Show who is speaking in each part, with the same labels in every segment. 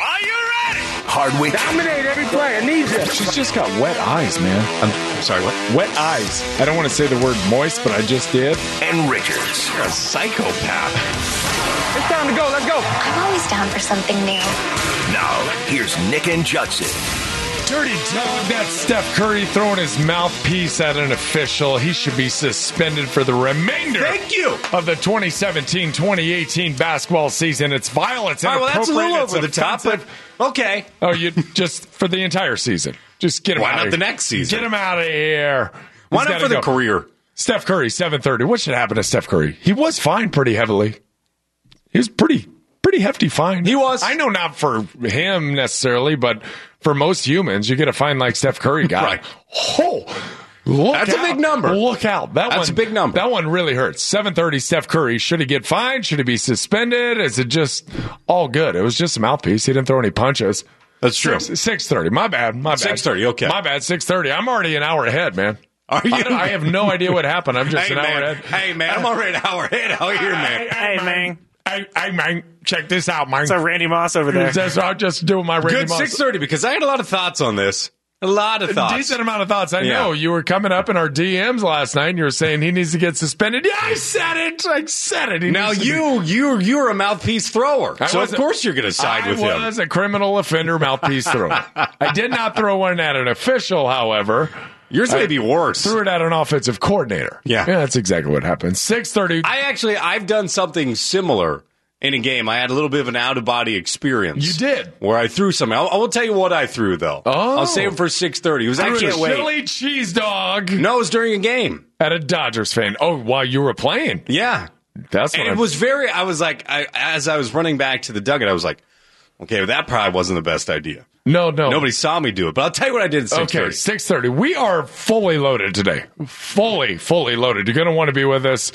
Speaker 1: Are you ready?
Speaker 2: Hardwick.
Speaker 3: Dominate every play. I need you.
Speaker 4: She's just got wet eyes, man. I'm, I'm sorry, what? Wet eyes. I don't want to say the word moist, but I just did.
Speaker 1: And Richards. You're a psychopath.
Speaker 3: It's time to go. Let's go.
Speaker 5: I'm always down for something new.
Speaker 1: Now, here's Nick and Judson.
Speaker 4: Dirty dog, that's Steph Curry throwing his mouthpiece at an official. He should be suspended for the remainder
Speaker 1: Thank you.
Speaker 4: of the 2017 2018 basketball season. It's violence.
Speaker 3: All right, well, that's a little
Speaker 4: inappropriate,
Speaker 3: over the
Speaker 4: it's
Speaker 3: top, but
Speaker 4: offensive.
Speaker 3: okay.
Speaker 4: Oh, you just for the entire season. Just get him
Speaker 1: Why
Speaker 4: out
Speaker 1: not
Speaker 4: of
Speaker 1: the
Speaker 4: here.
Speaker 1: next season?
Speaker 4: Get him out of here. He's
Speaker 3: Why not
Speaker 4: gotta
Speaker 3: for the
Speaker 4: go.
Speaker 3: career?
Speaker 4: Steph Curry, 730. What should happen to Steph Curry? He was fined pretty heavily. He was pretty pretty hefty fine.
Speaker 3: He was.
Speaker 4: I know not for him necessarily, but for most humans, you get a fine like Steph Curry got.
Speaker 1: Right.
Speaker 4: Oh, look
Speaker 3: That's a
Speaker 4: out.
Speaker 3: big number.
Speaker 4: Look out. That
Speaker 3: That's
Speaker 4: one-
Speaker 3: a big number.
Speaker 4: That one really hurts. 730 Steph Curry. Should he get fined? Should he be suspended? Is it just all good? It was just a mouthpiece. He didn't throw any punches.
Speaker 3: That's true.
Speaker 4: Six thirty. My bad. My bad.
Speaker 3: 6:30, okay.
Speaker 4: My bad. Six thirty. I'm already an hour ahead, man.
Speaker 3: Are you?
Speaker 4: I, I have no idea what happened. I'm just
Speaker 3: Hey,
Speaker 4: an hour
Speaker 3: man.
Speaker 4: ahead.
Speaker 3: Hey, man. I'm already an hour ahead out here, man.
Speaker 6: Hey, man.
Speaker 4: Hey, hey, man. Check this out, man.
Speaker 6: It's a Randy Moss over there.
Speaker 4: That's what I'm just doing my Randy
Speaker 3: Good
Speaker 4: Moss.
Speaker 3: 6.30 because I had a lot of thoughts on this. A lot of thoughts.
Speaker 4: Decent amount of thoughts. I
Speaker 3: Yeah.
Speaker 4: know you were coming up in our DMs last night, and you were saying he needs to get suspended. Yeah, I said it. I said it. He
Speaker 3: Now
Speaker 4: needs to be-
Speaker 3: you you you're a mouthpiece thrower,
Speaker 4: I
Speaker 3: so of
Speaker 4: was a-
Speaker 3: course you're going to side
Speaker 4: I
Speaker 3: with
Speaker 4: was
Speaker 3: him.
Speaker 4: a criminal offender mouthpiece thrower. I did not throw one at an official, however.
Speaker 3: Yours may be worse.
Speaker 4: Threw it at an offensive coordinator.
Speaker 3: Yeah.
Speaker 4: yeah that's exactly what happened. Six thirty.
Speaker 3: I actually I've done something similar in a game. I had a little bit of an out of body experience.
Speaker 4: You did.
Speaker 3: where I threw something. I'll, I will tell you what I threw though.
Speaker 4: Oh.
Speaker 3: I'll save it for six thirty. It was
Speaker 4: Threw
Speaker 3: actually
Speaker 4: a Chili cheese dog
Speaker 3: no, it was during a game.
Speaker 4: at a Dodgers fan. Oh, while you were playing.
Speaker 3: Yeah,
Speaker 4: That's what
Speaker 3: and it
Speaker 4: I'm-
Speaker 3: was very. I was like, I, as I was running back to the dugout, I was like, okay, that probably wasn't the best idea.
Speaker 4: No, no.
Speaker 3: Nobody saw me do it, but I'll tell you what I did. At six
Speaker 4: Oh. Okay,
Speaker 3: thirty.
Speaker 4: six thirty. We are fully loaded today. Fully, fully loaded. You're gonna want to be with us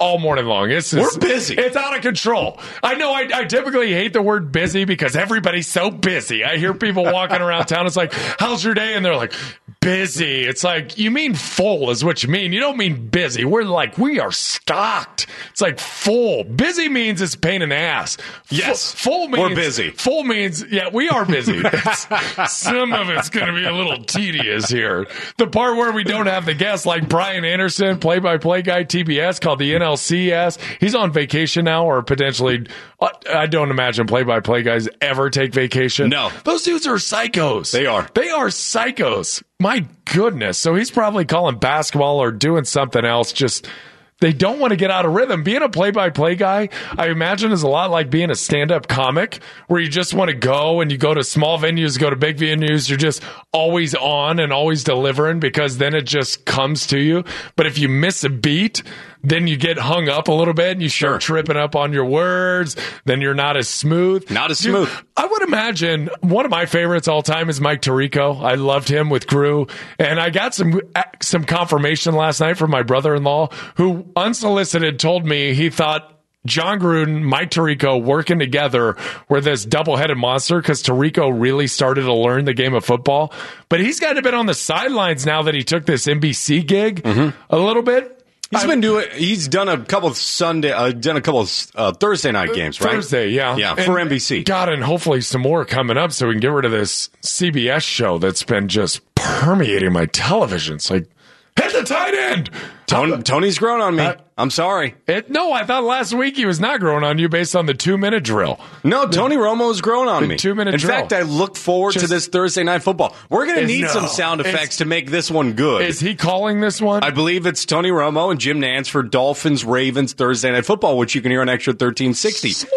Speaker 4: all morning long. It's
Speaker 3: We're busy.
Speaker 4: It's out of control. I know. I, I typically hate the word busy because everybody's so busy. I hear people walking around town. It's like, how's your day? And they're like, busy. It's like you mean full is what you mean. You don't mean busy. We're like we are stocked. It's like full. Busy means it's a pain in the ass.
Speaker 3: Yes.
Speaker 4: full, full means
Speaker 3: We're busy.
Speaker 4: Full means, yeah, we are busy. Some of it's going to be a little tedious here. The part where we don't have the guests, like Brian Anderson, play by play guy, TBS, called the NLCS. He's on vacation now, or potentially, uh, I don't imagine play by play guys ever take vacation.
Speaker 3: No.
Speaker 4: Those dudes are psychos.
Speaker 3: They are.
Speaker 4: They are psychos. My goodness. So he's probably calling basketball or doing something else. Just they don't want to get out of rhythm. Being a play-by-play guy, I imagine, is a lot like being a stand-up comic, where you just want to go and you go to small venues, go to big venues. You're just always on and always delivering because then it just comes to you. But if you miss a beat, then you get hung up a little bit and you start tripping up on your words. Then you're not as smooth.
Speaker 3: Not as
Speaker 4: Dude,
Speaker 3: smooth.
Speaker 4: I would imagine one of my favorites all time is Mike Tirico. I loved him with Gru, and I got some some confirmation last night from my brother-in-law, who unsolicited told me he thought John Gruden, Mike Tirico working together were this double-headed monster because Tirico really started to learn the game of football. But he's kind of been on the sidelines now that he took this NBC gig a little bit.
Speaker 3: Mm-hmm. He's been doing. He's done a couple of Sunday, uh, done a couple of uh, Thursday night games, right?
Speaker 4: Thursday, yeah.
Speaker 3: yeah,
Speaker 4: And-
Speaker 3: for NBC.
Speaker 4: God, and hopefully some more coming up so we can get rid of this CBS show that's been just permeating my television. It's like, hit the tight end.
Speaker 3: Tony, Tony's grown on me. I'm sorry.
Speaker 4: It, no, I thought last week he was not growing on you based on the two minute drill.
Speaker 3: No, Tony Romo's grown on
Speaker 4: the
Speaker 3: me.
Speaker 4: two-minute
Speaker 3: In
Speaker 4: drill.
Speaker 3: fact, I look forward to
Speaker 4: Just-
Speaker 3: this Thursday night football. We're going to
Speaker 4: Is-
Speaker 3: need
Speaker 4: no.
Speaker 3: some sound
Speaker 4: Is-
Speaker 3: effects to make this one good.
Speaker 4: Is he calling this one?
Speaker 3: I believe it's Tony Romo and Jim Nance for Dolphins Ravens Thursday night football, which you can hear on Extra 1360.
Speaker 4: Sweep.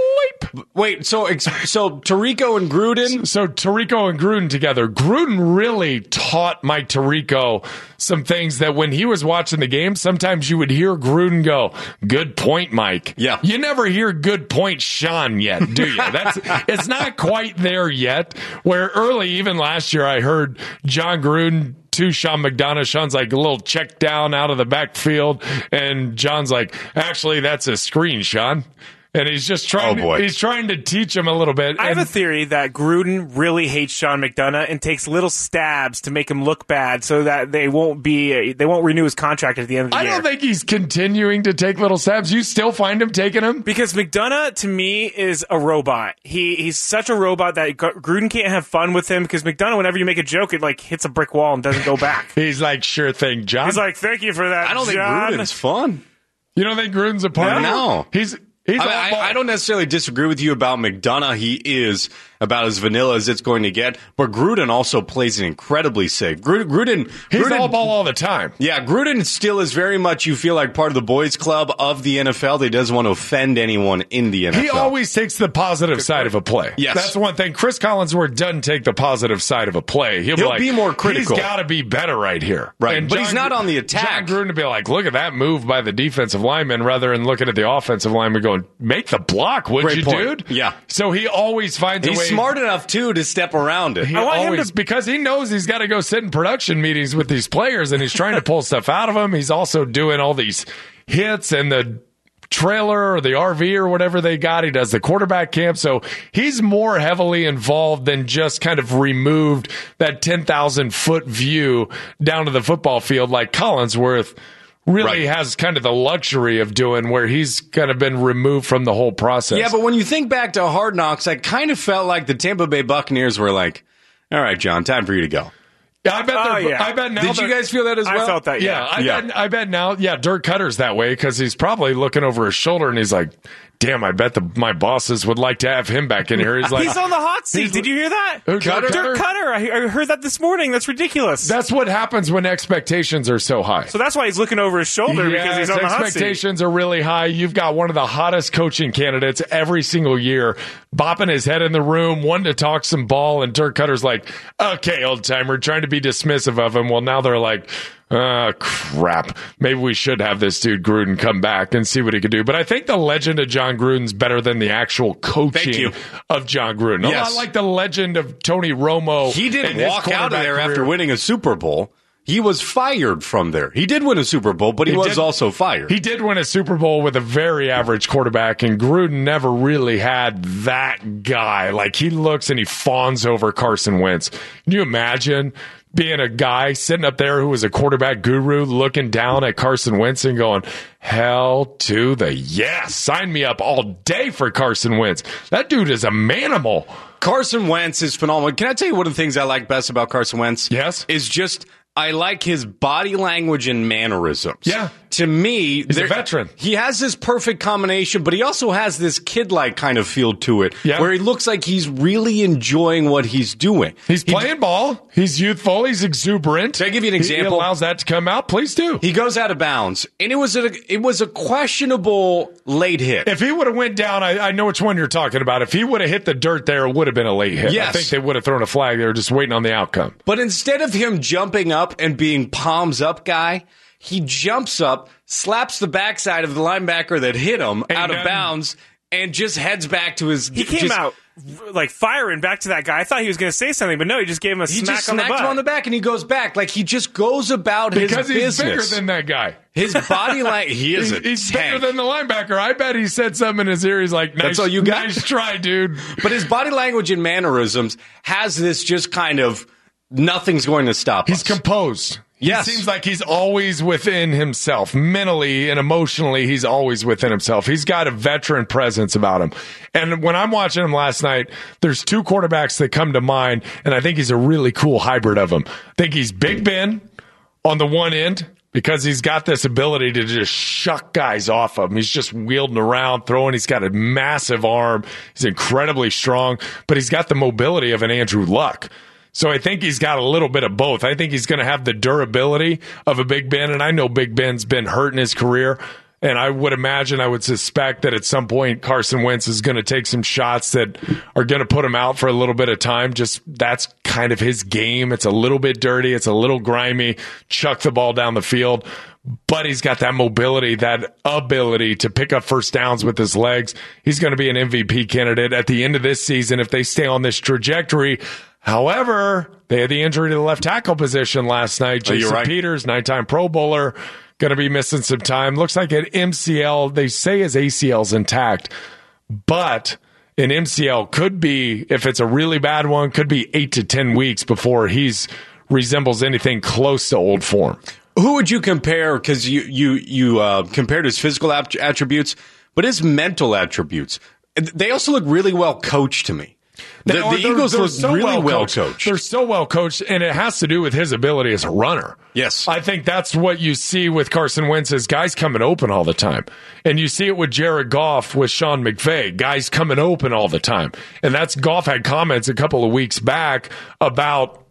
Speaker 4: up.
Speaker 3: Wait, so ex- so Tarico and Gruden.
Speaker 4: So Tarico and Gruden together. Gruden really taught my Tarico some things that when he was watching the game, sometimes you would hear Gruden go, "Good point, Mike."
Speaker 3: Yeah.
Speaker 4: You never hear "Good point, Sean" yet, do you? That's it's not quite there yet. Where early, even last year, I heard John Gruden to Sean McDonough. Sean's like a little check down out of the backfield, and John's like, "Actually, that's a screen, Sean." And he's just trying.
Speaker 3: Oh, boy.
Speaker 4: He's trying to teach him a little bit.
Speaker 7: I have
Speaker 4: and-
Speaker 7: a theory that Gruden really hates Sean McDonough and takes little stabs to make him look bad, so that they won't be they won't renew his contract at the end of the
Speaker 4: I
Speaker 7: year.
Speaker 4: don't think he's continuing to take little stabs. You still find him taking them?
Speaker 7: because McDonough to me is a robot. He he's such a robot that Gr- Gruden can't have fun with him because McDonough, whenever you make a joke, it like hits a brick wall and doesn't go back.
Speaker 4: He's like, sure thing, John.
Speaker 7: He's like, "Thank you for that."
Speaker 3: I don't think
Speaker 7: John.
Speaker 3: Gruden's fun.
Speaker 4: you don't think Gruden's a part? of it?
Speaker 3: No.
Speaker 4: he's he's.
Speaker 3: I,
Speaker 4: all
Speaker 3: mean,
Speaker 4: ball.
Speaker 3: I, I don't necessarily disagree with you about McDonough. He is about as vanilla as it's going to get. But Gruden also plays it incredibly safe. Gruden, Gruden,
Speaker 4: He's
Speaker 3: Gruden
Speaker 4: all ball all the time.
Speaker 3: Yeah, Gruden still is very much, you feel like, part of the boys' club of the NFL. He doesn't want to offend anyone in the NFL.
Speaker 4: He always takes the positive side of a play.
Speaker 3: Yes.
Speaker 4: That's one thing. Chris Collinsworth doesn't take the positive side of a play. He'll,
Speaker 3: He'll
Speaker 4: like,
Speaker 3: be more critical.
Speaker 4: He's got to be better right here.
Speaker 3: Right. But he's not
Speaker 4: Gr-
Speaker 3: on the attack.
Speaker 4: John Gruden to be like, look at that move by the defensive lineman rather than looking at the offensive lineman going, make the block, would
Speaker 3: Great
Speaker 4: you, dude?
Speaker 3: point. Yeah.
Speaker 4: So he always finds a
Speaker 3: He's
Speaker 4: way.
Speaker 3: smart enough, too, to step around it.
Speaker 4: He
Speaker 7: I want him
Speaker 4: always,
Speaker 7: to-
Speaker 4: because he knows he's got to go sit in production meetings with these players and he's trying to pull stuff out of them. He's also doing all these hits and the trailer or the RV or whatever they got. He does the quarterback camp. So he's more heavily involved than just kind of removed that 10,000 foot view down to the football field like Collinsworth really
Speaker 3: Right.
Speaker 4: has kind of the luxury of doing where he's kind of been removed from the whole process.
Speaker 3: Yeah, but when you think back to Hard Knocks, I kind of felt like the Tampa Bay Buccaneers were like, all right, John, time for you to go.
Speaker 4: I bet,
Speaker 7: Oh,
Speaker 4: they're
Speaker 7: yeah.
Speaker 4: I bet now
Speaker 3: Did you
Speaker 4: they're-
Speaker 3: guys feel that as
Speaker 7: I
Speaker 3: well?
Speaker 7: felt that,
Speaker 4: Yeah,
Speaker 7: yeah.
Speaker 4: I,
Speaker 3: Yeah.
Speaker 4: Bet, I bet now. Yeah, Dirk Cutter's that way because he's probably looking over his shoulder and he's like, "Damn, I bet the my bosses would like to have him back in here." He's like,
Speaker 7: He's on the hot seat.
Speaker 4: He's-
Speaker 7: Did you hear that?
Speaker 4: Who, Cutter?
Speaker 7: Dirk Cutter. I, I heard that this morning. That's ridiculous.
Speaker 4: "That's what happens when expectations are so high."
Speaker 7: so that's why he's looking over his shoulder because he's on the hot seat.
Speaker 4: expectations are really high. You've got one of the hottest coaching candidates every single year, bopping his head in the room, one to talk some ball, and Dirk Cutter's like, "Okay, old timer," trying to be dismissive of him. Well, now they're like, "Uh, crap. Maybe we should have this dude Gruden come back and see what he could do." But I think the legend of John Gruden's better than the actual
Speaker 3: you.
Speaker 4: coaching of John Gruden. A
Speaker 3: Yes.
Speaker 4: lot like the legend of Tony Romo.
Speaker 3: He
Speaker 4: and
Speaker 3: didn't
Speaker 4: his
Speaker 3: walk out of
Speaker 4: quarterback
Speaker 3: there
Speaker 4: career.
Speaker 3: after winning a Super Bowl. He was fired from there. He did win a Super Bowl, but he, was
Speaker 4: did-
Speaker 3: also fired.
Speaker 4: He did win a Super Bowl with a very average quarterback, and Gruden never really had that guy. Like he looks and he fawns over Carson Wentz. Can you imagine being a guy sitting up there who was a quarterback guru looking down at Carson Wentz and going, Hell to the yes. Sign me up all day for Carson Wentz. That dude is a manimal.
Speaker 3: Carson Wentz is phenomenal. Can I tell you one of the things I like best about Carson Wentz?
Speaker 4: Yes.
Speaker 3: Is just I like his body language and mannerisms.
Speaker 4: Yeah.
Speaker 3: To me, he's
Speaker 4: a veteran.
Speaker 3: He has this perfect combination, but he also has this kid like kind of feel to it
Speaker 4: Yeah.
Speaker 3: where he looks like he's really enjoying what he's doing.
Speaker 4: He's playing ball. He's youthful. He's exuberant.
Speaker 3: Can I give you an
Speaker 4: He-
Speaker 3: example?
Speaker 4: He allows that to come out. Please do.
Speaker 3: He goes out of bounds, and it was a it was a questionable late hit.
Speaker 4: If he would have went down, I, I know which one you're talking about. If he would have hit the dirt there, it would have been a late hit. I
Speaker 3: Yes.
Speaker 4: think they would have thrown a flag. They were just waiting on the outcome.
Speaker 3: But instead of him jumping up and being palms up guy, he jumps up, slaps the backside of the linebacker that hit him
Speaker 4: And
Speaker 3: out of
Speaker 4: then-
Speaker 3: bounds, and just heads back to his.
Speaker 7: He came
Speaker 3: just-
Speaker 7: out r- like firing back to that guy. I thought he was going to say something, but no, he just gave him a
Speaker 3: He
Speaker 7: smack
Speaker 3: just
Speaker 7: on the
Speaker 3: smacked
Speaker 7: butt.
Speaker 3: him on the back, and he goes back like he just goes about
Speaker 4: Because he's
Speaker 3: his
Speaker 4: bigger
Speaker 3: business.
Speaker 4: than that guy.
Speaker 3: his body like he is
Speaker 4: He's,
Speaker 3: a
Speaker 4: he's
Speaker 3: tank.
Speaker 4: bigger than the linebacker. I bet he said something in his ear. He's like, nice,
Speaker 3: That's all you got?
Speaker 4: nice try, dude.
Speaker 3: but his body language and mannerisms has this just kind of nothing's going to stop
Speaker 4: He's
Speaker 3: us.
Speaker 4: composed.
Speaker 3: Yes.
Speaker 4: He seems like he's always within himself. Mentally and emotionally, he's always within himself. He's got a veteran presence about him. And when I'm watching him last night, there's two quarterbacks that come to mind, and I think he's a really cool hybrid of him. I think he's Big Ben on the one end because he's got this ability to just shuck guys off of him. He's just wielding around, throwing. He's got a massive arm. He's incredibly strong, but he's got the mobility of an Andrew Luck. So I think he's got a little bit of both. I think he's going to have the durability of a Big Ben, and I know Big Ben's been hurt in his career. And I would imagine, I would suspect that at some point Carson Wentz is going to take some shots that are going to put him out for a little bit of time. Just that's kind of his game. It's a little bit dirty. It's a little grimy. Chuck the ball down the field. But he's got that mobility, that ability to pick up first downs with his legs. He's going to be an MVP candidate at the end of this season if they stay on this trajectory. However, they had the injury to the left tackle position last night.
Speaker 3: Oh, you're
Speaker 4: Jason
Speaker 3: right.
Speaker 4: Peters, nine-time Pro Bowler, going to be missing some time. Looks like an MCL. They say his ACL's intact, but an MCL could be, if it's a really bad one, could be eight to ten weeks before he's resembles anything close to old form.
Speaker 3: Who would you compare? Because you you you uh, compared his physical at- attributes, but his mental attributes. They also look really well coached to me. The,
Speaker 4: They are-
Speaker 3: the
Speaker 4: they're-
Speaker 3: Eagles
Speaker 4: they're
Speaker 3: look
Speaker 4: so
Speaker 3: really well,
Speaker 4: well-coached.
Speaker 3: coached.
Speaker 4: They're so well coached, and it has to do with his ability as a runner.
Speaker 3: Yes.
Speaker 4: I think that's what you see with Carson Wentz is guys coming open all the time, and you see it with Jared Goff with Sean McVay, guys coming open all the time, and that's Goff had comments a couple of weeks back about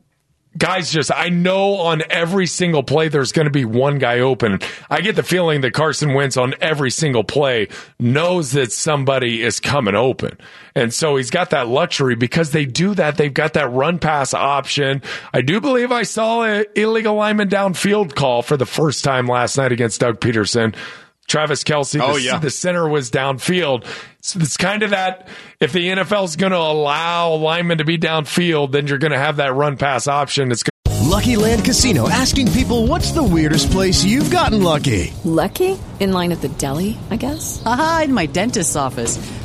Speaker 4: guys just I know on every single play there's going to be one guy open. I get the feeling that Carson Wentz on every single play knows that somebody is coming open. And so he's got that luxury because they do that. They've got that run pass option. I do believe I saw an illegal lineman downfield call for the first time last night against Doug Peterson. Travis Kelsey, the,
Speaker 3: Oh, yeah.
Speaker 4: the center was downfield. So it's kind of that if the NFL is going to allow linemen to be downfield, then you're going to have that run pass option. It's
Speaker 2: Lucky Land Casino asking people what's the weirdest place you've gotten lucky?
Speaker 8: Lucky? In line at the deli, I guess?
Speaker 9: Aha, in my dentist's office.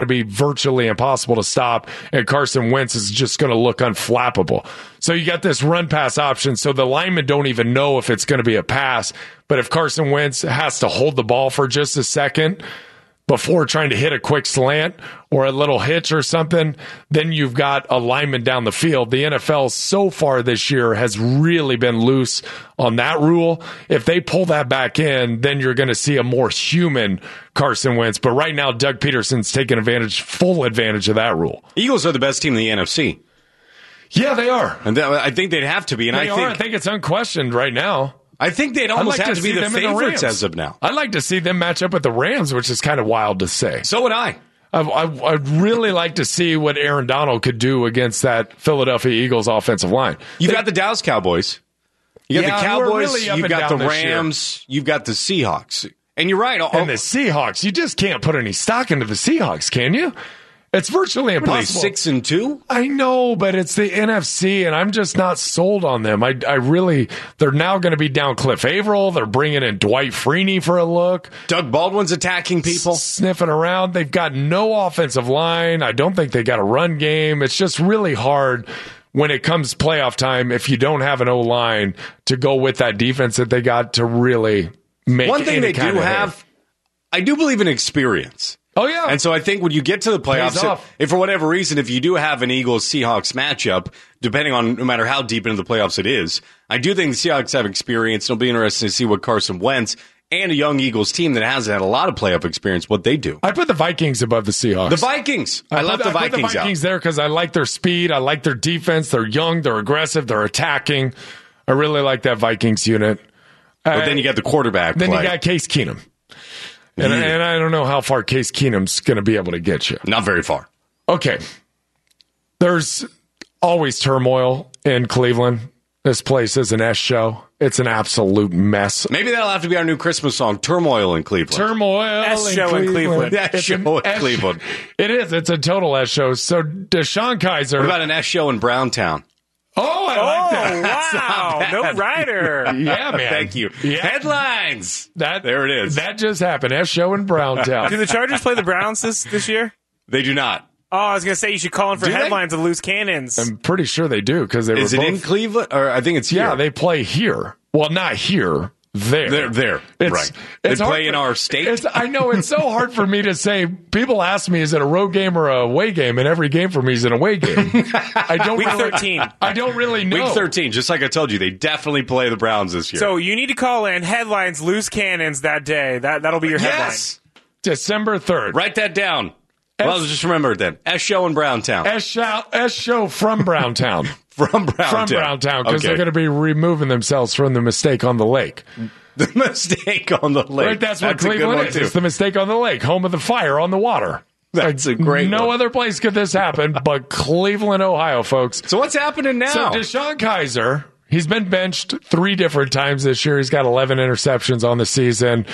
Speaker 4: to be virtually impossible to stop, and Carson Wentz is just going to look unflappable. So you got this run pass option. So the linemen don't even know if it's going to be a pass. But if Carson Wentz has to hold the ball for just a second before trying to hit a quick slant or a little hitch or something, then you've got a lineman down the field. The NFL so far this year has really been loose on that rule. If they pull that back in, then you're going to see a more human Carson Wentz. But right now, Doug Peterson's taking advantage, full advantage of that rule.
Speaker 3: Eagles are the best team in the NFC,
Speaker 4: Yeah, they are.
Speaker 3: and that, I think they'd have to be. And
Speaker 4: They
Speaker 3: I
Speaker 4: are.
Speaker 3: think,
Speaker 4: I think it's unquestioned right now.
Speaker 3: I think they'd almost have to be the
Speaker 4: them and Rams.
Speaker 3: favorites as of now.
Speaker 4: I'd like to see them match up with the Rams, which is kind of wild to say.
Speaker 3: So would I.
Speaker 4: I, I, I'd really like to see what Aaron Donald could do against that Philadelphia Eagles offensive line.
Speaker 3: You got the Dallas Cowboys. You got
Speaker 4: Yeah,
Speaker 3: the
Speaker 4: we're
Speaker 3: Cowboys.
Speaker 4: really up
Speaker 3: you've
Speaker 4: and
Speaker 3: got the
Speaker 4: down this year.
Speaker 3: Rams. You've got the Seahawks. And you're right.
Speaker 4: And the Seahawks, you just can't put any stock into the Seahawks, can you? It's virtually
Speaker 3: what are they,
Speaker 4: impossible.
Speaker 3: six and two.
Speaker 4: I know, but it's the NFC, and I'm just not sold on them. I, I really, they're now going to be down Cliff Averill. They're bringing in Dwight Freeney for a look.
Speaker 3: Doug Baldwin's attacking people.
Speaker 4: sniffing around. They've got no offensive line. I don't think they got a run game. It's just really hard when it comes playoff time if you don't have an O line to go with that defense that they got to really make.
Speaker 3: One thing
Speaker 4: any
Speaker 3: they
Speaker 4: kind
Speaker 3: do
Speaker 4: of hay.
Speaker 3: have, I do believe in experience.
Speaker 4: Oh yeah,
Speaker 3: And so I think when you get to the playoffs,
Speaker 4: Pays
Speaker 3: if,
Speaker 4: off.
Speaker 3: if for whatever reason, if you do have an Eagles Seahawks matchup, depending on no matter how deep into the playoffs it is, I do think the Seahawks have experience. It'll be interesting to see what Carson Wentz and a young Eagles team that hasn't had a lot of playoff experience, what they do.
Speaker 4: I put the Vikings above the Seahawks.
Speaker 3: The Vikings. I, left
Speaker 4: put-
Speaker 3: the
Speaker 4: I put
Speaker 3: Vikings,
Speaker 4: the Vikings there because I like their speed. I like their defense. They're young. They're aggressive. They're attacking. I really like that Vikings unit.
Speaker 3: out, but then you got the quarterback.
Speaker 4: Then
Speaker 3: play.
Speaker 4: you got Case Keenum, and,
Speaker 3: Yeah.
Speaker 4: and I don't know how far Case Keenum's going to be able to get you.
Speaker 3: not very far.
Speaker 4: okay. There's always turmoil in Cleveland. This place is an S show. It's an absolute mess.
Speaker 3: Maybe that'll have to be our new Christmas song, "Turmoil in Cleveland."
Speaker 4: Turmoil.
Speaker 7: S show in Cleveland.
Speaker 3: S
Speaker 4: It's an
Speaker 3: show in
Speaker 4: S-
Speaker 3: Cleveland.
Speaker 4: It is. It's a total S show. So Deshaun Kaiser.
Speaker 3: what about an S show in Browntown?
Speaker 4: oh, I
Speaker 7: Oh
Speaker 4: like that.
Speaker 7: wow, no rider.
Speaker 4: Yeah, Oh, man.
Speaker 3: Thank you.
Speaker 4: Yeah,
Speaker 3: Headlines.
Speaker 4: that
Speaker 3: There it is.
Speaker 4: That just happened. S show in
Speaker 7: Do
Speaker 4: Browntown.
Speaker 7: the Chargers play the Browns this this year?
Speaker 3: They do not.
Speaker 7: Oh, I was gonna say you should call in for
Speaker 3: Do they?
Speaker 7: headlines of loose cannons.
Speaker 4: I'm pretty sure they do because they
Speaker 3: Is
Speaker 4: were
Speaker 3: it
Speaker 4: both
Speaker 3: in Cleveland? Or I think it's here.
Speaker 4: Yeah, they play here. Well, not here. there.
Speaker 3: They're there.
Speaker 4: It's,
Speaker 3: right.
Speaker 4: It's
Speaker 3: they
Speaker 4: hard
Speaker 3: play in
Speaker 4: for-
Speaker 3: our state.
Speaker 4: It's, I know it's so hard for me to say. People ask me, "Is it a road game or a away game?" And every game for me is an away game. I don't
Speaker 7: Week
Speaker 4: really,
Speaker 7: 13.
Speaker 4: I don't really know.
Speaker 3: Week 13, just like I told you, they definitely play the Browns this year.
Speaker 7: So you need to call in headlines, loose cannons that day. That that'll be your headline.
Speaker 3: yes.
Speaker 4: December third.
Speaker 3: Write that down. well, I'll just remember it then. S show in Browntown.
Speaker 4: S show, S show from Browntown.
Speaker 3: from Browntown.
Speaker 4: from Browntown because they're
Speaker 3: Oh, Okay.
Speaker 4: going to be removing themselves from the mistake on the lake.
Speaker 3: the mistake on the lake.
Speaker 4: Right, that's what
Speaker 3: a good
Speaker 4: Cleveland
Speaker 3: one,
Speaker 4: is.
Speaker 3: too.
Speaker 4: It's the mistake on the lake, home of the fire on the water.
Speaker 3: That's a great
Speaker 4: No
Speaker 3: one.
Speaker 4: other place could this happen but Cleveland, Ohio, folks.
Speaker 3: so what's happening now?
Speaker 4: So Deshaun Kaiser, he's been benched three different times this year. He's got 11 interceptions on the season.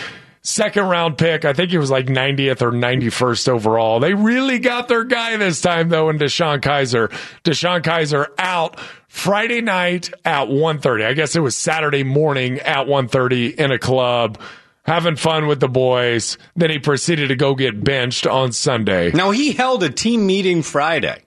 Speaker 4: Second round pick, I think he was like 90th or 91st overall. They really got their guy this time though in Deshaun Kaiser. Deshaun Kaiser out Friday night at 1:30. I guess it was Saturday morning at 1:30 in a club having fun with the boys. Then he proceeded to go get benched on Sunday.
Speaker 3: now he held a team meeting Friday.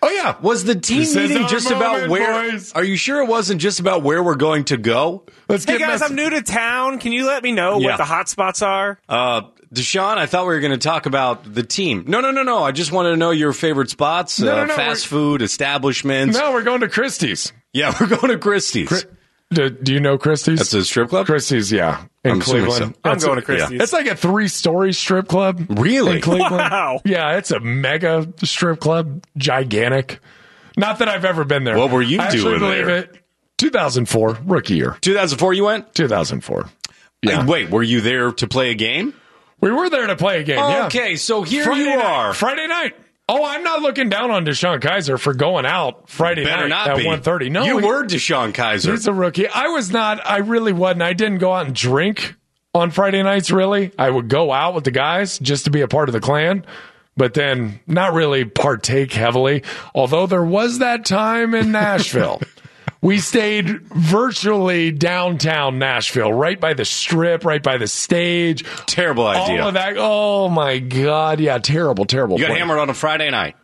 Speaker 4: Oh yeah,
Speaker 3: Was the team
Speaker 4: This is
Speaker 3: meeting
Speaker 4: our
Speaker 3: just
Speaker 4: moment,
Speaker 3: about where?
Speaker 4: boys.
Speaker 3: Are you sure it wasn't just about where we're going to go?
Speaker 4: let's
Speaker 7: Hey
Speaker 4: get
Speaker 7: guys,
Speaker 4: mess-
Speaker 7: I'm new to town. Can you let me know
Speaker 3: Yeah.
Speaker 7: what the hot spots are?
Speaker 3: Uh, Deshaun, I thought we were going to talk about the team. No, no, no, no. I just wanted to know your favorite spots,
Speaker 4: No,
Speaker 3: uh,
Speaker 4: no, no,
Speaker 3: fast
Speaker 4: we're-
Speaker 3: food establishments.
Speaker 4: No, we're going to Christie's.
Speaker 3: Yeah, we're going to Christie's.
Speaker 4: Do, do you know Christie's?
Speaker 3: That's a strip club?
Speaker 4: Christie's, yeah, in
Speaker 3: I'm assuming
Speaker 4: Cleveland.
Speaker 3: so. I'm
Speaker 4: That's
Speaker 7: going
Speaker 4: a-
Speaker 7: to Christie's.
Speaker 4: yeah. It's like a three-story strip club.
Speaker 3: Really?
Speaker 4: In Cleveland.
Speaker 7: Wow.
Speaker 4: Yeah, it's a mega strip club, gigantic. Not that I've ever been there.
Speaker 3: What were you
Speaker 4: I actually
Speaker 3: doing
Speaker 4: believe
Speaker 3: there?
Speaker 4: it. 2004, rookie year.
Speaker 3: 2004 you went?
Speaker 4: 2004. Yeah.
Speaker 3: Uh, Wait, were you there to play a game?
Speaker 4: We were there to play a game. yeah.
Speaker 3: Okay, so here you
Speaker 4: night.
Speaker 3: are.
Speaker 4: Friday night. Oh, I'm not looking down on Deshaun Kaiser for going out Friday
Speaker 3: Better
Speaker 4: night
Speaker 3: not
Speaker 4: at
Speaker 3: be.
Speaker 4: 1:30. No,
Speaker 3: you
Speaker 4: he-
Speaker 3: were Deshaun Kaiser.
Speaker 4: He's a rookie. I was not. I really wasn't. I didn't go out and drink on Friday nights. Really, I would go out with the guys just to be a part of the clan, but then not really partake heavily. Although there was that time in Nashville. We stayed virtually downtown Nashville, right by the strip, right by the stage.
Speaker 3: Terrible idea.
Speaker 4: All of that. Oh my God. Yeah. Terrible, terrible.
Speaker 3: You got
Speaker 4: place.
Speaker 3: hammered on a Friday night.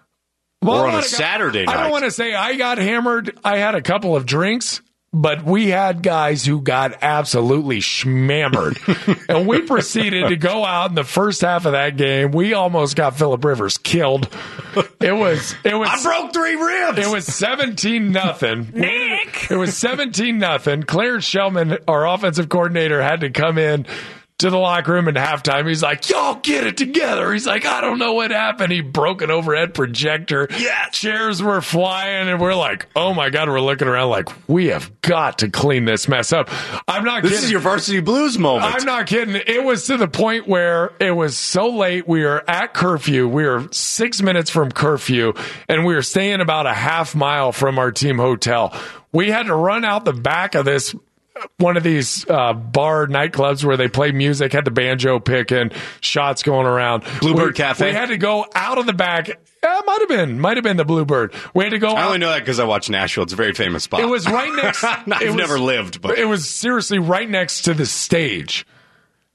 Speaker 4: Well, I
Speaker 3: Or on a
Speaker 4: wanna-
Speaker 3: Saturday
Speaker 4: I
Speaker 3: night.
Speaker 4: don't want to say I got hammered. I had a couple of drinks, but we had guys who got absolutely shmammered. and we proceeded to go out in the first half of that game. We almost got Philip Rivers killed. It was it was
Speaker 3: I broke three ribs.
Speaker 4: it was 17 nothing.
Speaker 7: Nick!
Speaker 4: It was 17 nothing. Clarence Shellman, our offensive coordinator, had to come in to the locker room in halftime. He's like, y'all get it together. He's like, I don't know what happened. He broke an overhead projector. Yeah. Chairs were flying and we're like, oh my God, we're looking around like, we have got to clean this mess up. I'm not
Speaker 3: this
Speaker 4: kidding.
Speaker 3: is your varsity blues moment.
Speaker 4: I'm not kidding. It was to the point where it was so late. We were at curfew. We were six minutes from curfew and we were staying about a half mile from our team hotel. We had to run out the back of this one of these uh, bar nightclubs where they play music, had the banjo picking, shots going around.
Speaker 3: Bluebird
Speaker 4: We-
Speaker 3: Cafe?
Speaker 4: We had to go out of the back. Uh, might have been, might have been the Bluebird. We had to go.
Speaker 3: I
Speaker 4: out-
Speaker 3: only know that because I watch Nashville. It's a very famous spot.
Speaker 4: it was right next.
Speaker 3: I've
Speaker 4: it was-
Speaker 3: never lived, but
Speaker 4: it was seriously right next to the stage.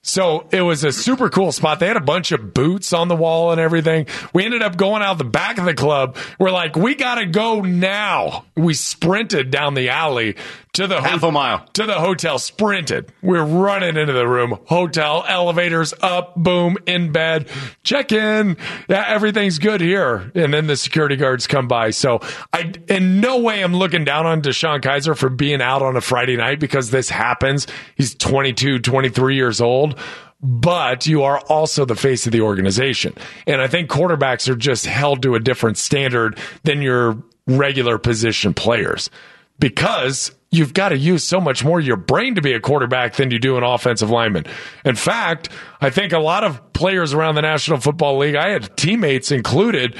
Speaker 4: So it was a super cool spot. They had a bunch of boots on the wall and everything. We ended up going out the back of the club. We're like, we gotta go now. We sprinted down the alley to the
Speaker 3: half a mile.
Speaker 4: to the hotel. Sprinted. We're running into the room. Hotel elevators up. Boom. In bed. Check in. Yeah, everything's good here. And then the security guards come by. So I in no way I'm looking down on Deshaun Kaiser for being out on a Friday night because this happens. He's 22, 23 years old. But you are also the face of the organization. And I think quarterbacks are just held to a different standard than your regular position players because you've got to use so much more of your brain to be a quarterback than you do an offensive lineman. In fact, I think a lot of players around the National Football League, I had teammates included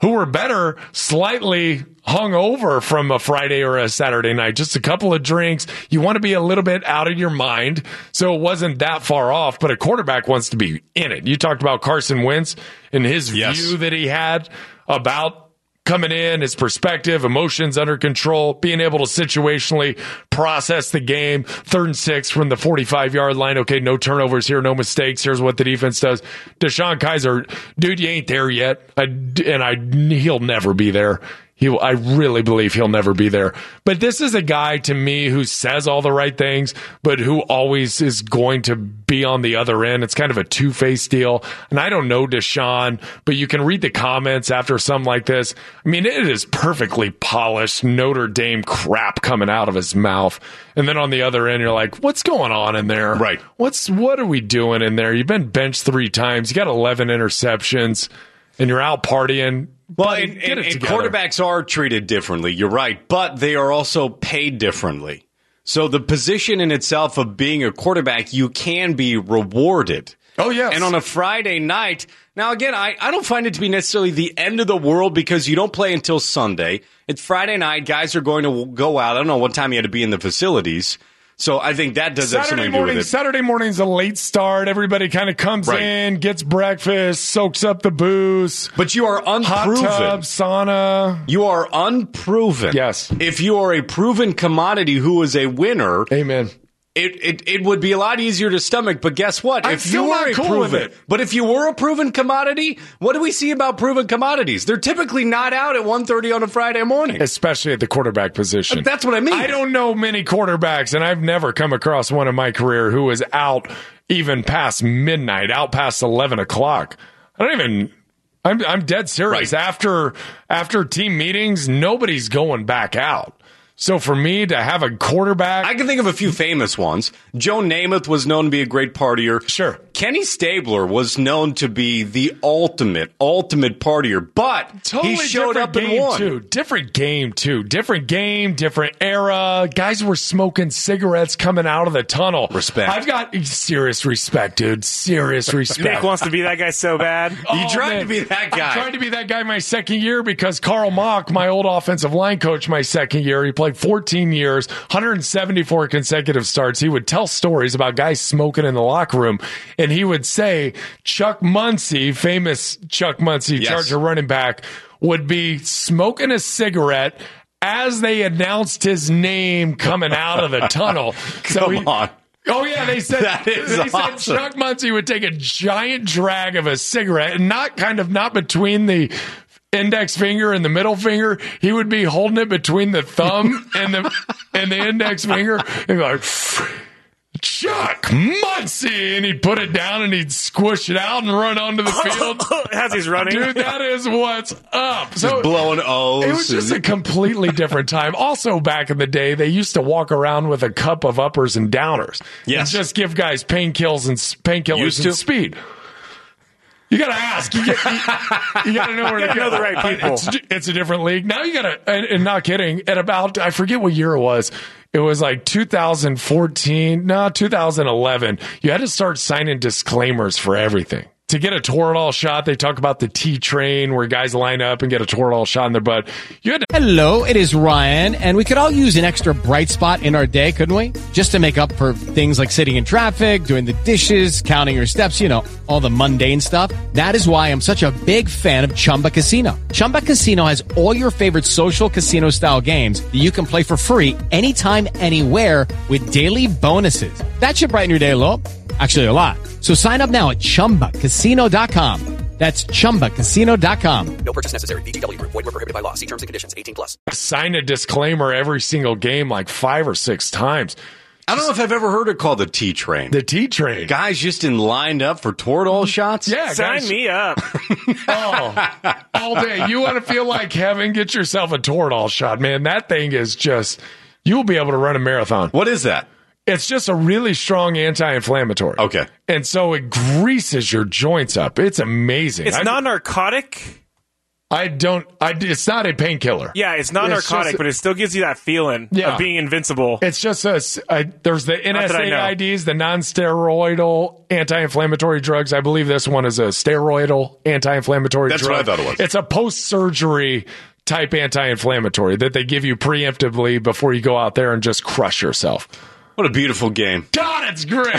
Speaker 4: who were better slightly hung over from a Friday or a Saturday night, just a couple of drinks. You want to be a little bit out of your mind. So it wasn't that far off, but a quarterback wants to be in it. You talked about Carson Wentz and his
Speaker 3: Yes.
Speaker 4: view that he had about coming in, his perspective, emotions under control, being able to situationally process the game. Third and six from the 45 yard line. Okay, no turnovers here, no mistakes. Here's what the defense does. Deshaun Kaiser, dude, you ain't there yet. I, and I, he'll never be there. He, will- I really believe he'll never be there. But this is a guy to me who says all the right things, but who always is going to be on the other end. It's kind of a two faced deal. And I don't know Deshaun, but you can read the comments after something like this. I mean, it is perfectly polished Notre Dame crap coming out of his mouth. And then on the other end, you're like, what's going on in there?
Speaker 3: Right.
Speaker 4: What's, what are we doing in there? You've been benched three times. You got 11 interceptions and you're out partying.
Speaker 3: Well,
Speaker 4: Buddy,
Speaker 3: and,
Speaker 4: get
Speaker 3: and-
Speaker 4: it
Speaker 3: and
Speaker 4: together.
Speaker 3: quarterbacks are treated differently. You're right, but they are also paid differently. So the position in itself of being a quarterback, you can be rewarded.
Speaker 4: Oh, yes.
Speaker 3: And on a Friday night, now again, I, I don't find it to be necessarily the end of the world because you don't play until Sunday. It's Friday night. Guys are going to go out. I don't know what time you had to be in the facilities. So I think that does have
Speaker 4: Saturday
Speaker 3: something to do with
Speaker 4: morning.
Speaker 3: it.
Speaker 4: Saturday morning's a late start. Everybody kind of comes
Speaker 3: Right.
Speaker 4: in, gets breakfast, soaks up the booze,
Speaker 3: But you are
Speaker 4: hot
Speaker 3: unproven.
Speaker 4: tub, sauna.
Speaker 3: You are unproven.
Speaker 4: Yes.
Speaker 3: If you are a proven commodity who is a winner,
Speaker 4: Amen.
Speaker 3: it, it, it would be a lot easier to stomach. But guess what?
Speaker 4: I'm
Speaker 3: if
Speaker 4: still
Speaker 3: you were
Speaker 4: not
Speaker 3: a
Speaker 4: cool with
Speaker 3: proven,
Speaker 4: it.
Speaker 3: but if you were a proven commodity, what do we see about proven commodities? They're typically not out at 1.30 on a Friday morning.
Speaker 4: Especially at the quarterback position.
Speaker 3: That's what I mean.
Speaker 4: I don't know many quarterbacks, and I've never come across one in my career who was out even past midnight, out past eleven o'clock. I don't even. I'm I'm dead serious.
Speaker 3: Right.
Speaker 4: After after team meetings, nobody's going back out. So for me to have a quarterback,
Speaker 3: I can think of a few famous ones. Joe Namath was known to be a great partier.
Speaker 4: Sure.
Speaker 3: Kenny Stabler was known to be the ultimate, ultimate partier, but he showed
Speaker 4: different
Speaker 3: up
Speaker 4: game
Speaker 3: and won.
Speaker 4: too. Different game too. Different game, different era. Guys were smoking cigarettes coming out of the tunnel.
Speaker 3: Respect.
Speaker 4: I've got serious respect, dude. Serious
Speaker 7: Nick
Speaker 4: respect. Oh,
Speaker 7: wants to be that guy so bad.
Speaker 3: You tried to be that guy.
Speaker 4: I tried to be that guy my second year because Carl Mock, my old offensive line coach, my second year, he played 14 years, 174 consecutive starts. He would tell stories about guys smoking in the locker room, and he would say Chuck Muncie, famous Chuck Muncie,
Speaker 3: Yes.
Speaker 4: Charger running back, would be smoking a cigarette. As they announced his name coming out of the tunnel, so
Speaker 3: Come
Speaker 4: he-
Speaker 3: on.
Speaker 4: Oh yeah, they said
Speaker 3: That is
Speaker 4: they
Speaker 3: awesome.
Speaker 4: said Chuck Muncie would take a giant drag of a cigarette and not kind of not between the index finger and the middle finger. He would be holding it between the thumb and the and the index finger and be like Chuck Muncie and he'd put it down and he'd squish it out and run onto the field.
Speaker 7: As he's running.
Speaker 4: Dude, that is what's up. So
Speaker 3: Blowing O's.
Speaker 4: it was just a completely different time. Also, back in the day, they used to walk around with a cup of uppers and downers.
Speaker 3: Yes.
Speaker 4: And just give guys painkillers and
Speaker 3: Used
Speaker 4: painkillers
Speaker 3: to.
Speaker 4: and speed. You gotta ask. You, get, you, you gotta know where to
Speaker 7: gotta know
Speaker 4: go.
Speaker 7: the right people.
Speaker 4: It's, it's a different league now. You gotta, and, and not kidding. At about, I forget what year it was. It was like 2014, no, 2011. You had to start signing disclaimers for everything. To get a Toradol shot, they talk about the T train where guys line up and get a Toradol shot in their butt. You had to
Speaker 6: Hello, it is Ryan, and we could all use an extra bright spot in our day, couldn't we? Just to make up for things like sitting in traffic, doing the dishes, counting your steps, you know, all the mundane stuff. That is why I'm such a big fan of Chumba Casino. Chumba Casino has all your favorite social casino style games that you can play for free anytime, anywhere with daily bonuses. That should brighten your day a little. Actually, a lot. So sign up now at chumbacasino.com. That's chumbacasino.com.
Speaker 4: sign a disclaimer every single game like five or six times.
Speaker 3: I don't know if I've ever heard it called the T train.
Speaker 4: The T train.
Speaker 3: guys just in lined up for Toradol shots?
Speaker 4: Mm-hmm. Yeah,
Speaker 7: Sign
Speaker 4: guys.
Speaker 7: me up.
Speaker 4: Oh, all day. You want to feel like heaven? Get yourself a Toradol shot, man. That thing is just. You'll be able to run a marathon.
Speaker 3: What is that?
Speaker 4: It's just a really strong anti-inflammatory.
Speaker 3: Okay.
Speaker 4: and so it greases your joints up. It's amazing.
Speaker 7: It's
Speaker 4: I,
Speaker 7: non narcotic.
Speaker 4: I don't. I. It's not a painkiller.
Speaker 7: Yeah, it's not
Speaker 4: It's
Speaker 7: narcotic,
Speaker 4: just-
Speaker 7: but it still gives you that feeling
Speaker 4: Yeah.
Speaker 7: of being invincible.
Speaker 4: It's just a, s- a- there's the
Speaker 7: Not that I know.
Speaker 4: NSAIDs, the non-steroidal anti-inflammatory drugs. I believe this one is a steroidal anti-inflammatory
Speaker 3: That's what
Speaker 4: drug.
Speaker 3: I thought it was.
Speaker 4: It's a post-surgery type anti-inflammatory that they give you preemptively before you go out there and just crush yourself.
Speaker 3: What a beautiful game.
Speaker 4: God, it's great.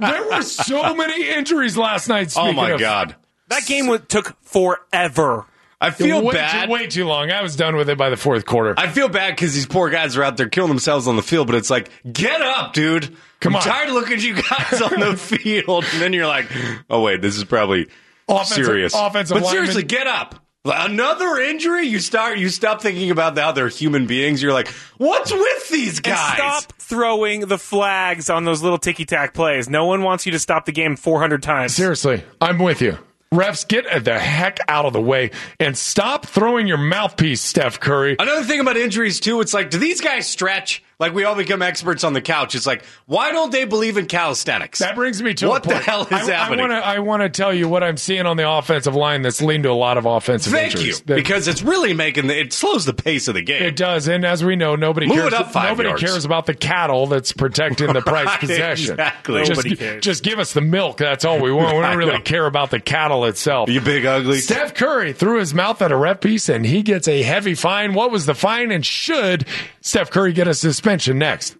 Speaker 4: there were so many injuries last night.
Speaker 3: Oh
Speaker 4: Speaking
Speaker 3: my
Speaker 4: of,
Speaker 3: god.
Speaker 7: that game w- took forever.
Speaker 3: I feel
Speaker 4: way
Speaker 3: bad.
Speaker 4: Too, way too long. I was done with it by the fourth quarter.
Speaker 3: I feel bad because these poor guys are out there killing themselves on the field, but it's like, get up, dude.
Speaker 4: Come
Speaker 3: I'm
Speaker 4: on.
Speaker 3: tired of looking at you guys on the field. And then you're like, oh, wait, this is probably
Speaker 4: Offensive-
Speaker 3: serious.
Speaker 4: offensive
Speaker 3: but seriously,
Speaker 4: lineman.
Speaker 3: get up. Another injury? You start you stop thinking about the other human beings. You're like, what's with these
Speaker 7: And
Speaker 3: guys?
Speaker 7: stop throwing the flags on those little ticky tack plays. No one wants you to stop the game 400 times.
Speaker 4: Seriously, I'm with you. Refs, get the heck out of the way and stop throwing your mouthpiece, Steph Curry.
Speaker 3: Another thing about injuries too, it's like, do these guys stretch? Like we all become experts on the couch. It's like, why don't they believe in calisthenics?
Speaker 4: That brings me to
Speaker 3: what
Speaker 4: a point.
Speaker 3: the hell is
Speaker 4: I,
Speaker 3: happening?
Speaker 4: I want to I want to tell you what I'm seeing on the offensive line that's leading to a lot of offensive
Speaker 3: Thank
Speaker 4: injuries.
Speaker 3: you,
Speaker 4: That-
Speaker 3: because it's really making the, it slows the pace of the game.
Speaker 4: it does, and as we know, nobody
Speaker 3: Move
Speaker 4: cares.
Speaker 3: it up five
Speaker 4: nobody
Speaker 3: yards.
Speaker 4: cares about the cattle that's protecting the price
Speaker 3: Right,
Speaker 4: possession.
Speaker 3: exactly.
Speaker 4: Just,
Speaker 3: Nobody cares.
Speaker 4: just give us the milk. That's all we want. We
Speaker 3: I
Speaker 4: don't really
Speaker 3: know.
Speaker 4: care about the cattle itself.
Speaker 3: you big ugly.
Speaker 4: Steph Curry threw his mouth at a ref piece and he gets a heavy fine. What was the fine? And should Steph Curry get a suspension next?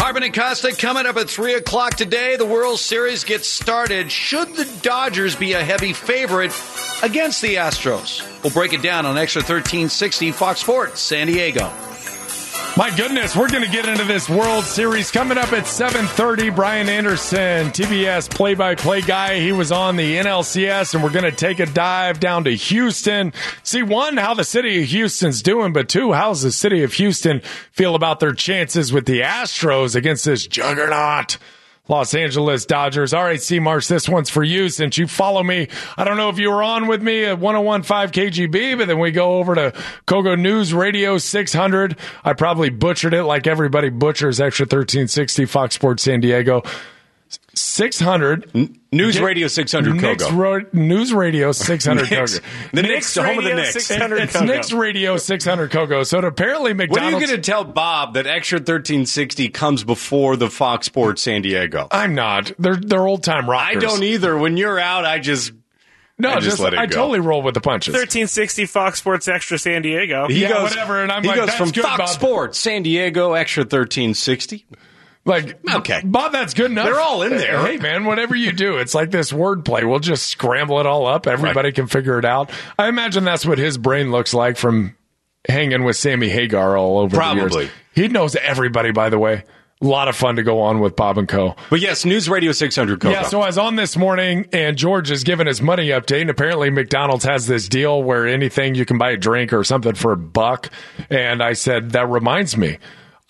Speaker 10: Harbin and Costa coming up at 3 o'clock today. The World Series gets started. Should the Dodgers be a heavy favorite against the Astros? We'll break it down on Extra 1360 Fox Sports San Diego.
Speaker 4: My goodness, we're going to get into this World Series coming up at 7:30. Brian Anderson, TBS play-by-play guy, he was on the NLCS and we're going to take a dive down to Houston. See one how the city of Houston's doing, but two how's the city of Houston feel about their chances with the Astros against this juggernaut? Los Angeles Dodgers. All right, C Marsh, this one's for you since you follow me. I don't know if you were on with me at 1015 KGB, but then we go over to Kogo News Radio 600. I probably butchered it like everybody butchers Extra 1360 Fox Sports San Diego. 600.
Speaker 3: News Radio 600
Speaker 4: Knicks
Speaker 3: Kogo.
Speaker 4: Ro- News Radio 600
Speaker 3: Knicks.
Speaker 4: Kogo.
Speaker 3: The Knicks, the home of the
Speaker 7: Radio
Speaker 3: Knicks.
Speaker 7: 600
Speaker 4: It's
Speaker 7: Kogo.
Speaker 4: Knicks Radio 600 Kogo. So it apparently
Speaker 3: When are
Speaker 4: McDonald's.
Speaker 3: you going to tell Bob that extra 1360 comes before the Fox Sports San Diego?
Speaker 4: I'm not. They're, they're old time
Speaker 3: I
Speaker 4: rockers.
Speaker 3: don't either. When you're out, I just
Speaker 4: No,
Speaker 3: I
Speaker 4: just,
Speaker 3: just let it
Speaker 4: I
Speaker 3: go.
Speaker 4: totally roll with the punches.
Speaker 7: 1360 Fox Sports Extra San Diego.
Speaker 4: Oh, Yeah, whatever, and I'm
Speaker 3: he
Speaker 4: like,
Speaker 3: goes
Speaker 4: "That's
Speaker 3: from
Speaker 4: good,
Speaker 3: Fox
Speaker 4: Bob."
Speaker 3: Sports San Diego extra 1360.
Speaker 4: Like,
Speaker 3: Okay.
Speaker 4: Bob, that's good enough.
Speaker 3: They're all in there.
Speaker 4: Hey, man, whatever you do, it's like this wordplay. We'll just scramble it all up. Everybody can figure it out. I imagine that's what his brain looks like from hanging with Sammy Hagar all over. the years.
Speaker 3: Probably.
Speaker 4: he knows everybody. By the way, a lot of fun to go on with Bob and Co.
Speaker 3: But yes, News Radio 600 Kogo.
Speaker 4: Yeah, so I was on this morning, and George is giving his money update, and apparently McDonald's has this deal where anything you can buy a drink or something for a buck. And I said, that reminds me.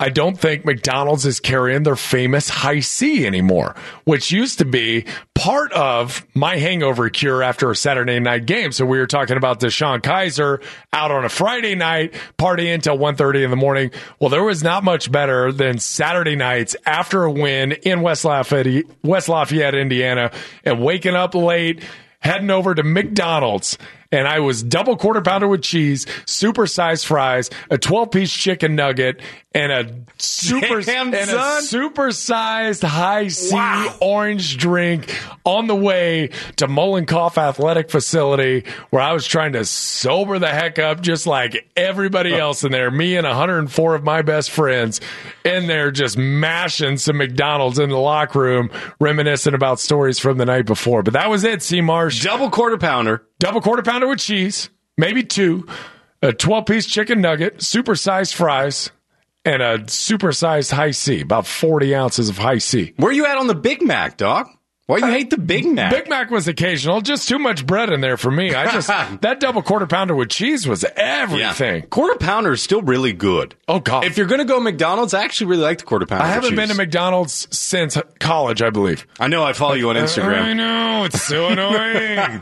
Speaker 4: I don't think McDonald's is carrying their famous high C anymore, which used to be part of my hangover cure after a Saturday night game. So we were talking about Deshaun Kaiser out on a Friday night, party until 1.30 in the morning. Well, there was not much better than Saturday nights after a win in West Lafayette, West Lafayette, Indiana, and waking up late, heading over to McDonald's. And I was double quarter pounder with cheese, super sized fries, a 12 piece chicken nugget, and a super
Speaker 3: Damn,
Speaker 4: and a
Speaker 3: son.
Speaker 4: super sized high C orange drink on the way to Molenkoff Athletic Facility where I was trying to sober the heck up just like everybody else in there. Me and 104 of my best friends in there just mashing some McDonald's in the locker room, reminiscing about stories from the night before. But that was it, C Marsh.
Speaker 3: Double quarter pounder.
Speaker 4: Double quarter pounder with cheese, maybe two, a 12 piece chicken nugget, super sized fries. And a super sized high C, about 40 ounces of high C.
Speaker 3: Where you at on the Big Mac, dog? Why you hate the Big Mac?
Speaker 4: Uh, Big Mac was occasional, just too much bread in there for me. I just that double quarter pounder with cheese was everything.
Speaker 3: Quarter pounder is still really good.
Speaker 4: Oh god.
Speaker 3: If you're going to go McDonald's, I actually really like the quarter pounder.
Speaker 4: I
Speaker 3: with
Speaker 4: haven't been
Speaker 3: cheese.
Speaker 4: to McDonald's since college, I believe.
Speaker 3: I know I follow you on
Speaker 4: I
Speaker 3: Uh, Instagram.
Speaker 4: know, it's so annoying.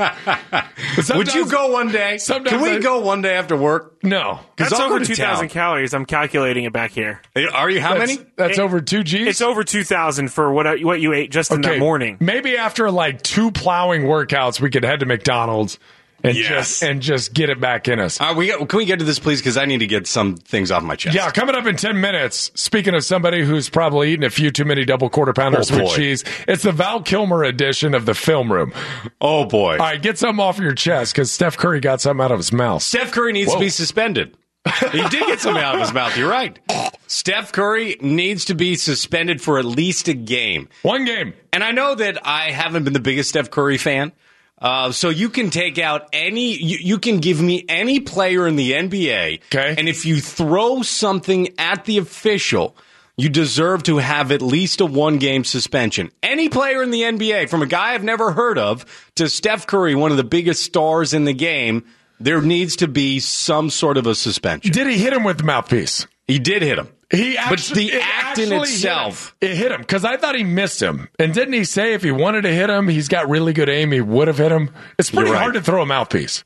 Speaker 3: Would you go one day?
Speaker 4: sometimes
Speaker 3: Can we
Speaker 4: I-
Speaker 3: go one day after work?
Speaker 4: No.
Speaker 7: That's
Speaker 3: I'll go
Speaker 7: over
Speaker 3: to
Speaker 7: 2,000
Speaker 3: town.
Speaker 7: calories. I'm calculating it back here.
Speaker 3: Are you how
Speaker 4: That's,
Speaker 3: many?
Speaker 4: that's
Speaker 7: It-
Speaker 4: over two G's.
Speaker 7: It's over 2,000 for what, I- what you ate just in the morning.
Speaker 4: Maybe after like two plowing workouts, we could head to McDonald's and
Speaker 3: Yes.
Speaker 4: just and just get it back in us.
Speaker 3: All right, Uh, we got, can we get to this, please? Because I need to get some things off my chest.
Speaker 4: Yeah, coming up in 10 minutes, speaking of somebody who's probably eaten a few too many double quarter pounders
Speaker 3: Oh,
Speaker 4: with
Speaker 3: boy.
Speaker 4: cheese, it's the Val Kilmer edition of the film room.
Speaker 3: Oh boy.
Speaker 4: All right, get something off your chest because Steph Curry got something out of his mouth.
Speaker 3: Steph Curry needs
Speaker 4: Whoa.
Speaker 3: to be suspended. He did get something out of his mouth. You're right. Steph Curry needs to be suspended for at least a game.
Speaker 4: One game.
Speaker 3: And I know that I haven't been the biggest Steph Curry fan. Uh, so you can take out any, you, you can give me any player in the NBA.
Speaker 4: Okay.
Speaker 3: And if you throw something at the official, you deserve to have at least a one game suspension. Any player in the NBA, from a guy I've never heard of to Steph Curry, one of the biggest stars in the game, there needs to be some sort of a suspension.
Speaker 4: Did he hit him with the mouthpiece?
Speaker 3: He did hit him.
Speaker 4: He
Speaker 3: but the act in itself.
Speaker 4: it hit him because I thought he missed him. And didn't he say if he wanted to hit him, he's got really good aim, he would have hit him? It's pretty
Speaker 3: You're right.
Speaker 4: hard to throw a mouthpiece.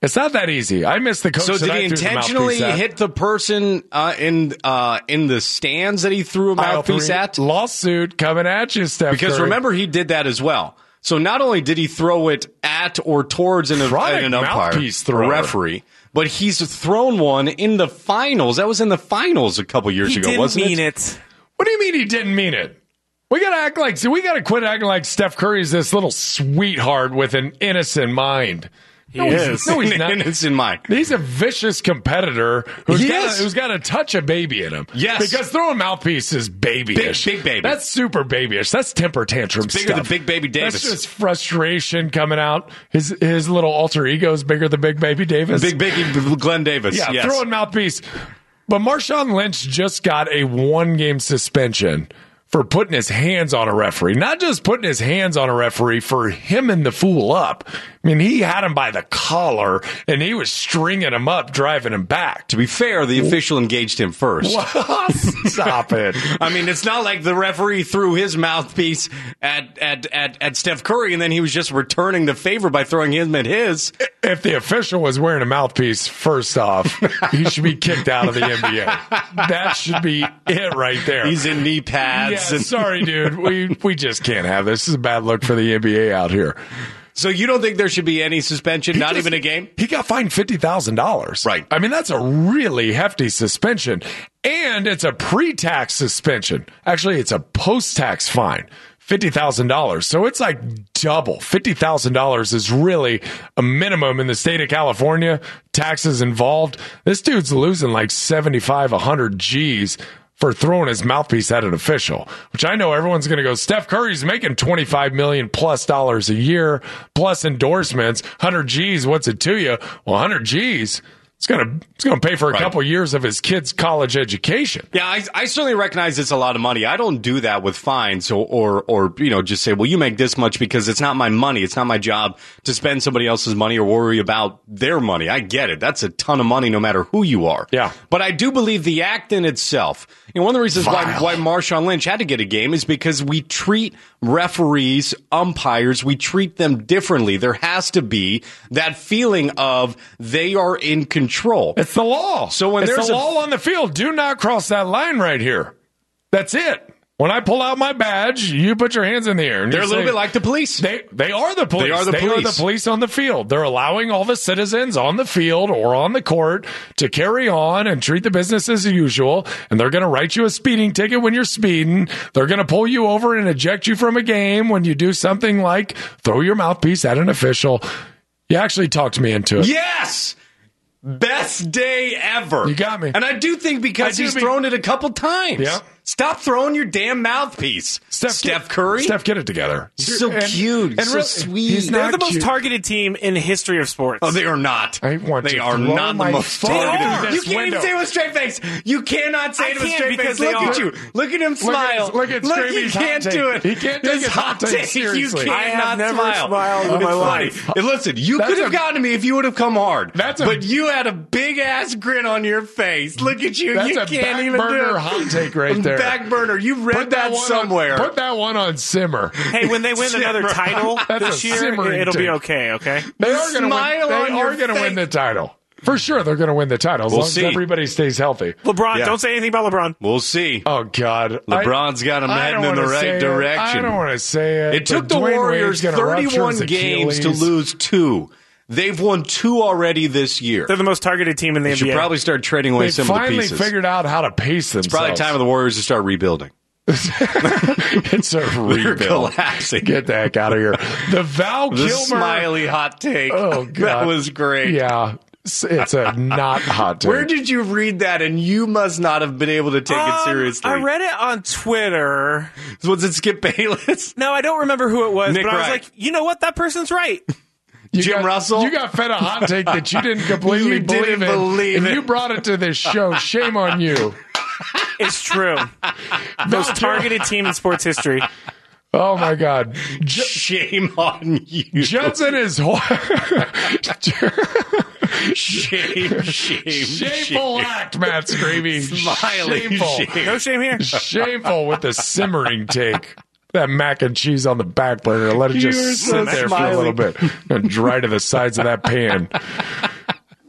Speaker 4: It's not that easy. I missed the coach.
Speaker 3: So
Speaker 4: that
Speaker 3: did
Speaker 4: I
Speaker 3: he
Speaker 4: threw the
Speaker 3: intentionally
Speaker 4: mouthpiece at.
Speaker 3: hit the person uh, in uh, in the stands that he threw a mouthpiece
Speaker 4: three.
Speaker 3: at?
Speaker 4: Lawsuit coming at you, Steph.
Speaker 3: Because
Speaker 4: Curry.
Speaker 3: remember, he did that as well. So not only did he throw it at or towards an,
Speaker 4: Chronic
Speaker 3: an umpire,
Speaker 4: mouthpiece thrower.
Speaker 3: a referee, but he's thrown one in the finals. That was in the finals a couple years
Speaker 7: He
Speaker 3: ago,
Speaker 7: didn't
Speaker 3: wasn't
Speaker 7: mean
Speaker 3: it?
Speaker 7: it.
Speaker 4: What do you mean he didn't mean it? We gotta act like see, we gotta quit acting like Steph Curry's this little sweetheart with an innocent mind. He
Speaker 3: is.
Speaker 4: no, he's not.
Speaker 3: And it's in mine.
Speaker 4: He's a vicious competitor who's
Speaker 3: He
Speaker 4: got,
Speaker 3: is.
Speaker 4: who's got a touch of baby in him.
Speaker 3: Yes.
Speaker 4: because throwing mouthpiece is babyish,
Speaker 3: Big- big baby.
Speaker 4: That's super babyish. That's temper tantrum.
Speaker 3: It's bigger than
Speaker 4: stuff.
Speaker 3: Big Baby Davis.
Speaker 4: That's just frustration coming out. His his little alter ego is bigger than Big Baby Davis.
Speaker 3: Big Biggie Glenn Davis.
Speaker 4: Yeah,
Speaker 3: yes.
Speaker 4: throwing mouthpiece. But Marshawn Lynch just got a one game suspension for putting his hands on a referee. Not just putting his hands on a referee, for him and the fool up. I mean, he had him by the collar and he was stringing him up, driving him back.
Speaker 3: to be fair, the official engaged him first.
Speaker 4: Stop it.
Speaker 3: I mean, it's not like the referee threw his mouthpiece at, at, at, at Steph Curry and then he was just returning the favor by throwing him at his.
Speaker 4: If the official was wearing a mouthpiece, first off, he should be kicked out of the NBA. That should be it right there.
Speaker 3: He's in knee
Speaker 4: yeah,
Speaker 3: pads. and-
Speaker 4: sorry, dude. We we just can't have this. This is a bad look for the NBA out here.
Speaker 3: So you don't think there should be any suspension,
Speaker 4: He
Speaker 3: not
Speaker 4: just-
Speaker 3: even a game?
Speaker 4: He got fined fifty thousand dollars.
Speaker 3: Right.
Speaker 4: I mean, that's a really hefty suspension, and it's a pre-tax suspension. Actually, it's a post-tax fine. Fifty thousand dollars, so it's like double. Fifty thousand dollars is really a minimum in the state of California. Taxes involved. This dude's losing like seventy-five, hundred G's for throwing his mouthpiece at an official, which I know everyone's going to go. Steph Curry's making twenty five million plus dollars a year, plus endorsements, hundred G's. What's it to you? Well, hundred G's. It's gonna it's gonna pay for a
Speaker 3: Right.
Speaker 4: couple years of his kid's college education.
Speaker 3: Yeah, I, I certainly recognize it's a lot of money. I don't do that with fines or, or, or, you know, just say, well, you make this much because it's not my money. It's not my job to spend somebody else's money or worry about their money. I get it. That's a ton of money no matter who you are.
Speaker 4: Yeah.
Speaker 3: But I do believe the act in itself, you know, one of the reasons why,
Speaker 4: Vile.
Speaker 3: why Marshawn Lynch had to get a game is because we treat referees, umpires, we treat them differently. There has to be that feeling of they are in control.
Speaker 4: It's the law.
Speaker 3: So when
Speaker 4: it's
Speaker 3: there's
Speaker 4: the
Speaker 3: a-
Speaker 4: law on the field, do not cross that line right here. That's it. When I pull out my badge, you put your hands in the air. and
Speaker 3: They're
Speaker 4: you
Speaker 3: a little
Speaker 4: say-
Speaker 3: bit like the police.
Speaker 4: They they are the police.
Speaker 3: They are the police.
Speaker 4: on the field. They're allowing all the citizens on the field or on the court to carry on and treat the business as usual. And they're going to write you a speeding ticket when you're speeding. They're going to pull you over and eject you from a game when you do something like throw your mouthpiece at an official. You actually talked me into it.
Speaker 3: Yes. Best day ever.
Speaker 4: You got me.
Speaker 3: And I do think
Speaker 4: I
Speaker 3: because
Speaker 4: do
Speaker 3: he's
Speaker 4: be-
Speaker 3: thrown it a couple times.
Speaker 4: Yeah.
Speaker 3: Stop throwing your damn mouthpiece. Steph,
Speaker 4: get-
Speaker 3: Curry.
Speaker 4: Steph, get it together.
Speaker 3: He's so cute. He's so
Speaker 4: really-
Speaker 3: sweet.
Speaker 4: He's
Speaker 7: They're
Speaker 4: not
Speaker 7: the most
Speaker 4: cute.
Speaker 7: targeted team in the history of sports.
Speaker 3: Oh, they are not.
Speaker 4: I want
Speaker 3: they
Speaker 4: to
Speaker 3: are
Speaker 4: throw
Speaker 3: not
Speaker 4: my
Speaker 3: the most
Speaker 4: phone
Speaker 3: targeted.
Speaker 4: through
Speaker 3: You
Speaker 4: this
Speaker 3: can't even
Speaker 4: window.
Speaker 3: say it with straight face. You cannot say
Speaker 7: I
Speaker 3: it with
Speaker 7: can't
Speaker 3: straight
Speaker 7: because
Speaker 3: face.
Speaker 7: they
Speaker 3: Look at
Speaker 7: are.
Speaker 3: you. Look at him smile.
Speaker 4: look at
Speaker 3: he
Speaker 4: Scraby's hot
Speaker 3: can't
Speaker 4: take.
Speaker 3: do it.
Speaker 4: He can't take
Speaker 3: This
Speaker 4: his hot take
Speaker 3: You
Speaker 4: seriously.
Speaker 3: cannot
Speaker 4: I
Speaker 7: have never
Speaker 3: smile.
Speaker 7: smiled in
Speaker 3: It's
Speaker 7: my
Speaker 3: funny.
Speaker 7: life.
Speaker 3: And listen, you
Speaker 4: That's
Speaker 3: could have
Speaker 4: a-
Speaker 3: gotten me if you would have come hard.
Speaker 4: That's a-
Speaker 3: but you had a big ass grin on your face. Look at you.
Speaker 4: That's
Speaker 3: you
Speaker 4: a
Speaker 3: can't
Speaker 4: back
Speaker 3: even do
Speaker 4: burner
Speaker 3: it.
Speaker 4: hot take right there.
Speaker 3: Back burner. You read
Speaker 4: Put
Speaker 3: that,
Speaker 4: one on-
Speaker 3: somewhere.
Speaker 4: put that one on simmer.
Speaker 7: Hey, when they win another
Speaker 4: Simmer.
Speaker 7: title
Speaker 4: That's
Speaker 7: this
Speaker 4: a
Speaker 7: year,
Speaker 4: simmering
Speaker 7: it'll be
Speaker 4: take.
Speaker 7: okay. Okay.
Speaker 4: They are going to
Speaker 3: Smile
Speaker 4: win. They
Speaker 3: on your
Speaker 4: are going to
Speaker 3: face.
Speaker 4: win the title for sure. They're going to win the title as
Speaker 3: We'll
Speaker 4: long
Speaker 3: see.
Speaker 4: as everybody stays healthy.
Speaker 7: LeBron,
Speaker 3: Yeah.
Speaker 7: don't say anything about LeBron.
Speaker 3: we'll see.
Speaker 4: Oh God,
Speaker 3: LeBron's got him
Speaker 4: I
Speaker 3: heading
Speaker 4: don't
Speaker 3: in the
Speaker 4: wanna
Speaker 3: right
Speaker 4: say it.
Speaker 3: direction.
Speaker 4: I don't want to say it.
Speaker 3: It took
Speaker 4: but
Speaker 3: the
Speaker 4: Dwayne Wade's
Speaker 3: Warriors
Speaker 4: gonna rupture his
Speaker 3: 31 games to
Speaker 4: Achilles.
Speaker 3: lose two. They've won two already this year.
Speaker 7: They're the most targeted team in the
Speaker 3: They should
Speaker 7: NBA.
Speaker 3: probably start trading away
Speaker 4: They
Speaker 3: some of the
Speaker 4: finally
Speaker 3: pieces.
Speaker 4: figured out how to pace themselves.
Speaker 3: it's probably time for the Warriors to start rebuilding.
Speaker 4: it's a
Speaker 3: They're
Speaker 4: rebuild.
Speaker 3: collapsing.
Speaker 4: Get the heck out of here. The Val
Speaker 3: the
Speaker 4: Kilmer
Speaker 3: smiley hot take.
Speaker 4: Oh God,
Speaker 3: that was great.
Speaker 4: Yeah, it's, it's a not hot. Take.
Speaker 3: Where did you read that? And you must not have been able to take
Speaker 7: Um,
Speaker 3: it seriously.
Speaker 7: I read it on Twitter.
Speaker 3: Was it Skip Bayless?
Speaker 7: No, I don't remember who it was,
Speaker 3: Nick
Speaker 7: but I was
Speaker 3: Wright.
Speaker 7: like, you know what? That person's right.
Speaker 4: you
Speaker 3: Jim
Speaker 4: got,
Speaker 3: Russell?
Speaker 4: You got fed a hot take that you didn't completely
Speaker 3: You didn't
Speaker 4: believe, in,
Speaker 3: believe
Speaker 4: and
Speaker 3: it.
Speaker 4: you brought it to this show. Shame on you.
Speaker 7: It's true. Most targeted team in sports history.
Speaker 4: Oh my God!
Speaker 3: Shame on you.
Speaker 4: Judson is hor-
Speaker 3: shame, shame,
Speaker 4: shameful
Speaker 3: shame.
Speaker 4: act, Matt Screamy.
Speaker 3: Smiley
Speaker 4: shameful,
Speaker 3: shame.
Speaker 7: No shame here.
Speaker 4: shameful with the simmering take. That mac and cheese on the back burner. Let it
Speaker 3: You
Speaker 4: just
Speaker 3: are
Speaker 4: sit
Speaker 3: so
Speaker 4: there for a little bit and dry to the sides of that pan.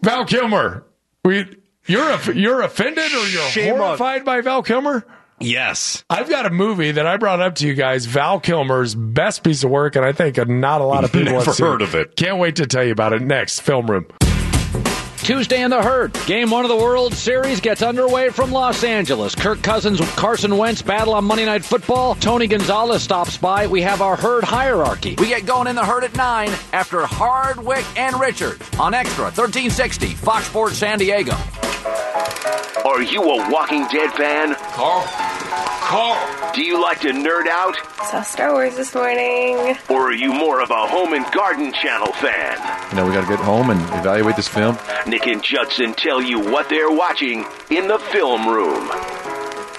Speaker 4: Val Kilmer, we, you're off- you're offended or you're
Speaker 3: Shame on-
Speaker 4: horrified by Val Kilmer?
Speaker 3: Yes.
Speaker 4: I've got a movie that I brought up to you guys, Val Kilmer's best piece of work, and I think not a lot of people
Speaker 3: Never
Speaker 4: have seen
Speaker 3: heard of it.
Speaker 4: Can't wait to tell you about it next. Film room.
Speaker 11: Tuesday in the Hurt. Game one of the World Series gets underway from Los Angeles. Kirk Cousins, Carson Wentz battle on Monday Night Football. Tony Gonzalez stops by. We have our herd hierarchy.
Speaker 12: We get going in the herd at 9 after Hardwick and Richard on Extra 1360 Fox Sports San Diego.
Speaker 1: Are you a Walking Dead fan? Carl. Carl. Do you like to nerd out?
Speaker 13: Saw Star Wars this morning.
Speaker 1: Or are you more of a home and garden channel fan?
Speaker 10: You know, we got to get home and evaluate this film.
Speaker 1: Nick and Judson tell you what they're watching in the film room.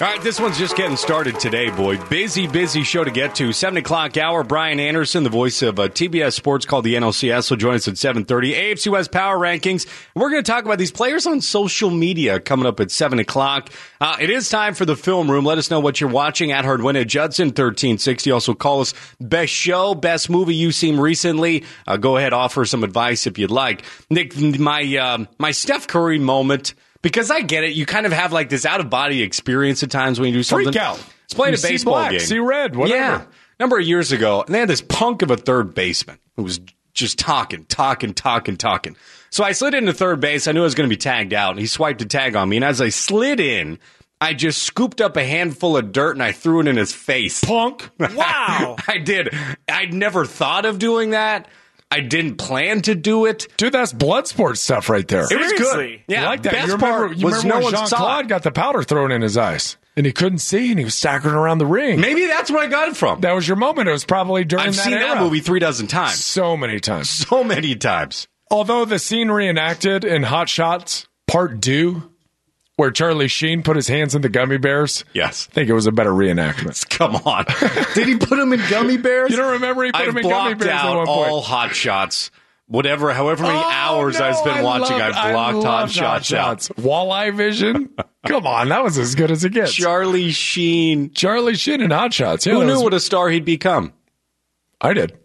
Speaker 3: All right, this one's just getting started today, boy. Busy, busy show to get to. Seven o'clock hour. Brian Anderson, the voice of uh, TBS Sports, called the NLCS, will join us at seven thirty. AFC West Power Rankings. We're going to talk about these players on social media coming up at seven o'clock. Uh, it is time for the film room. Let us know what you're watching at Hardwin Judson thirteen sixty. Also call us best show, best movie you've seen recently. Uh, go ahead, offer some advice if you'd like. Nick, my um my Steph Curry moment because I get it. You kind of have like this out of body experience at times when you do something.
Speaker 4: Freak out.
Speaker 3: It's playing
Speaker 4: You
Speaker 3: a
Speaker 4: see
Speaker 3: baseball
Speaker 4: black,
Speaker 3: game.
Speaker 4: see red, whatever.
Speaker 3: Yeah. Number of years ago, and they had this punk of a third baseman who was just talking, talking, talking, talking. So I slid into third base. I knew I was going to be tagged out, and he swiped a tag on me. And as I slid in, I just scooped up a handful of dirt and I threw it in his face.
Speaker 4: Punk.
Speaker 3: Wow. I did. I'd never thought of doing that. I didn't plan to do it.
Speaker 4: Dude, that's blood sport stuff right there.
Speaker 3: It was good.
Speaker 7: Seriously?
Speaker 3: Yeah,
Speaker 4: I like that.
Speaker 3: Best
Speaker 4: you remember,
Speaker 3: part
Speaker 4: you
Speaker 3: was
Speaker 4: remember
Speaker 3: no
Speaker 4: when
Speaker 3: one
Speaker 4: Jean
Speaker 3: saw it.
Speaker 4: Claude got the powder thrown in his eyes and he couldn't see and he was staggering around the ring.
Speaker 3: Maybe that's where I got it from.
Speaker 4: That was your moment. It was probably during
Speaker 3: I've
Speaker 4: that
Speaker 3: seen that
Speaker 4: era.
Speaker 3: movie three dozen times.
Speaker 4: so many times.
Speaker 3: So many times.
Speaker 4: Although the scene reenacted in Hot Shots Part 2, where Charlie Sheen put his hands in the gummy bears,
Speaker 3: Yes.
Speaker 4: I think it was a better reenactment.
Speaker 3: Come on. Did he put him in gummy bears?
Speaker 4: You don't remember he put
Speaker 3: I
Speaker 4: him in gummy
Speaker 3: blocked
Speaker 4: bears
Speaker 3: out
Speaker 4: at one point.
Speaker 3: all hot shots. Whatever, however many
Speaker 4: Oh,
Speaker 3: hours
Speaker 4: no,
Speaker 3: I've spent
Speaker 4: I
Speaker 3: watching,
Speaker 4: loved-
Speaker 3: I blocked hot
Speaker 4: loved
Speaker 3: shots, out.
Speaker 4: Walleye vision. Come on, that was as good as it gets.
Speaker 3: Charlie Sheen.
Speaker 4: Charlie Sheen and hot shots. Yeah,
Speaker 3: Who
Speaker 4: that
Speaker 3: knew
Speaker 4: was-
Speaker 3: what a star he'd become?
Speaker 4: I did.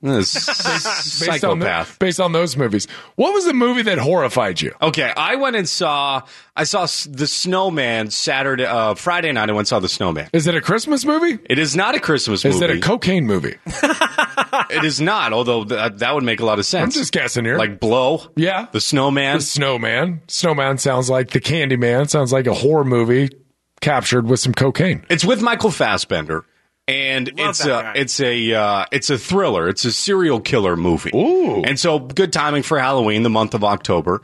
Speaker 3: This
Speaker 4: Based on, the,
Speaker 3: psychopath.
Speaker 4: based on those movies. What was the movie that horrified you?
Speaker 3: Okay, I went and saw. I saw S- the Snowman Saturday, uh, Friday night. I went and saw the Snowman.
Speaker 4: Is it a Christmas movie?
Speaker 3: It is not a Christmas
Speaker 4: Is
Speaker 3: movie.
Speaker 4: it a cocaine movie?
Speaker 3: it is not. Although th- uh, that would make a lot of sense.
Speaker 4: I'm just guessing here.
Speaker 3: like blow.
Speaker 4: Yeah.
Speaker 3: The Snowman.
Speaker 4: The Snowman. Snowman sounds like the Candyman. Sounds like a horror movie captured with some cocaine.
Speaker 3: It's with Michael Fassbender, and it's a
Speaker 7: that guy.
Speaker 3: it's a uh, it's a thriller. It's a serial killer movie. Ooh! And so good timing for Halloween, the month of October.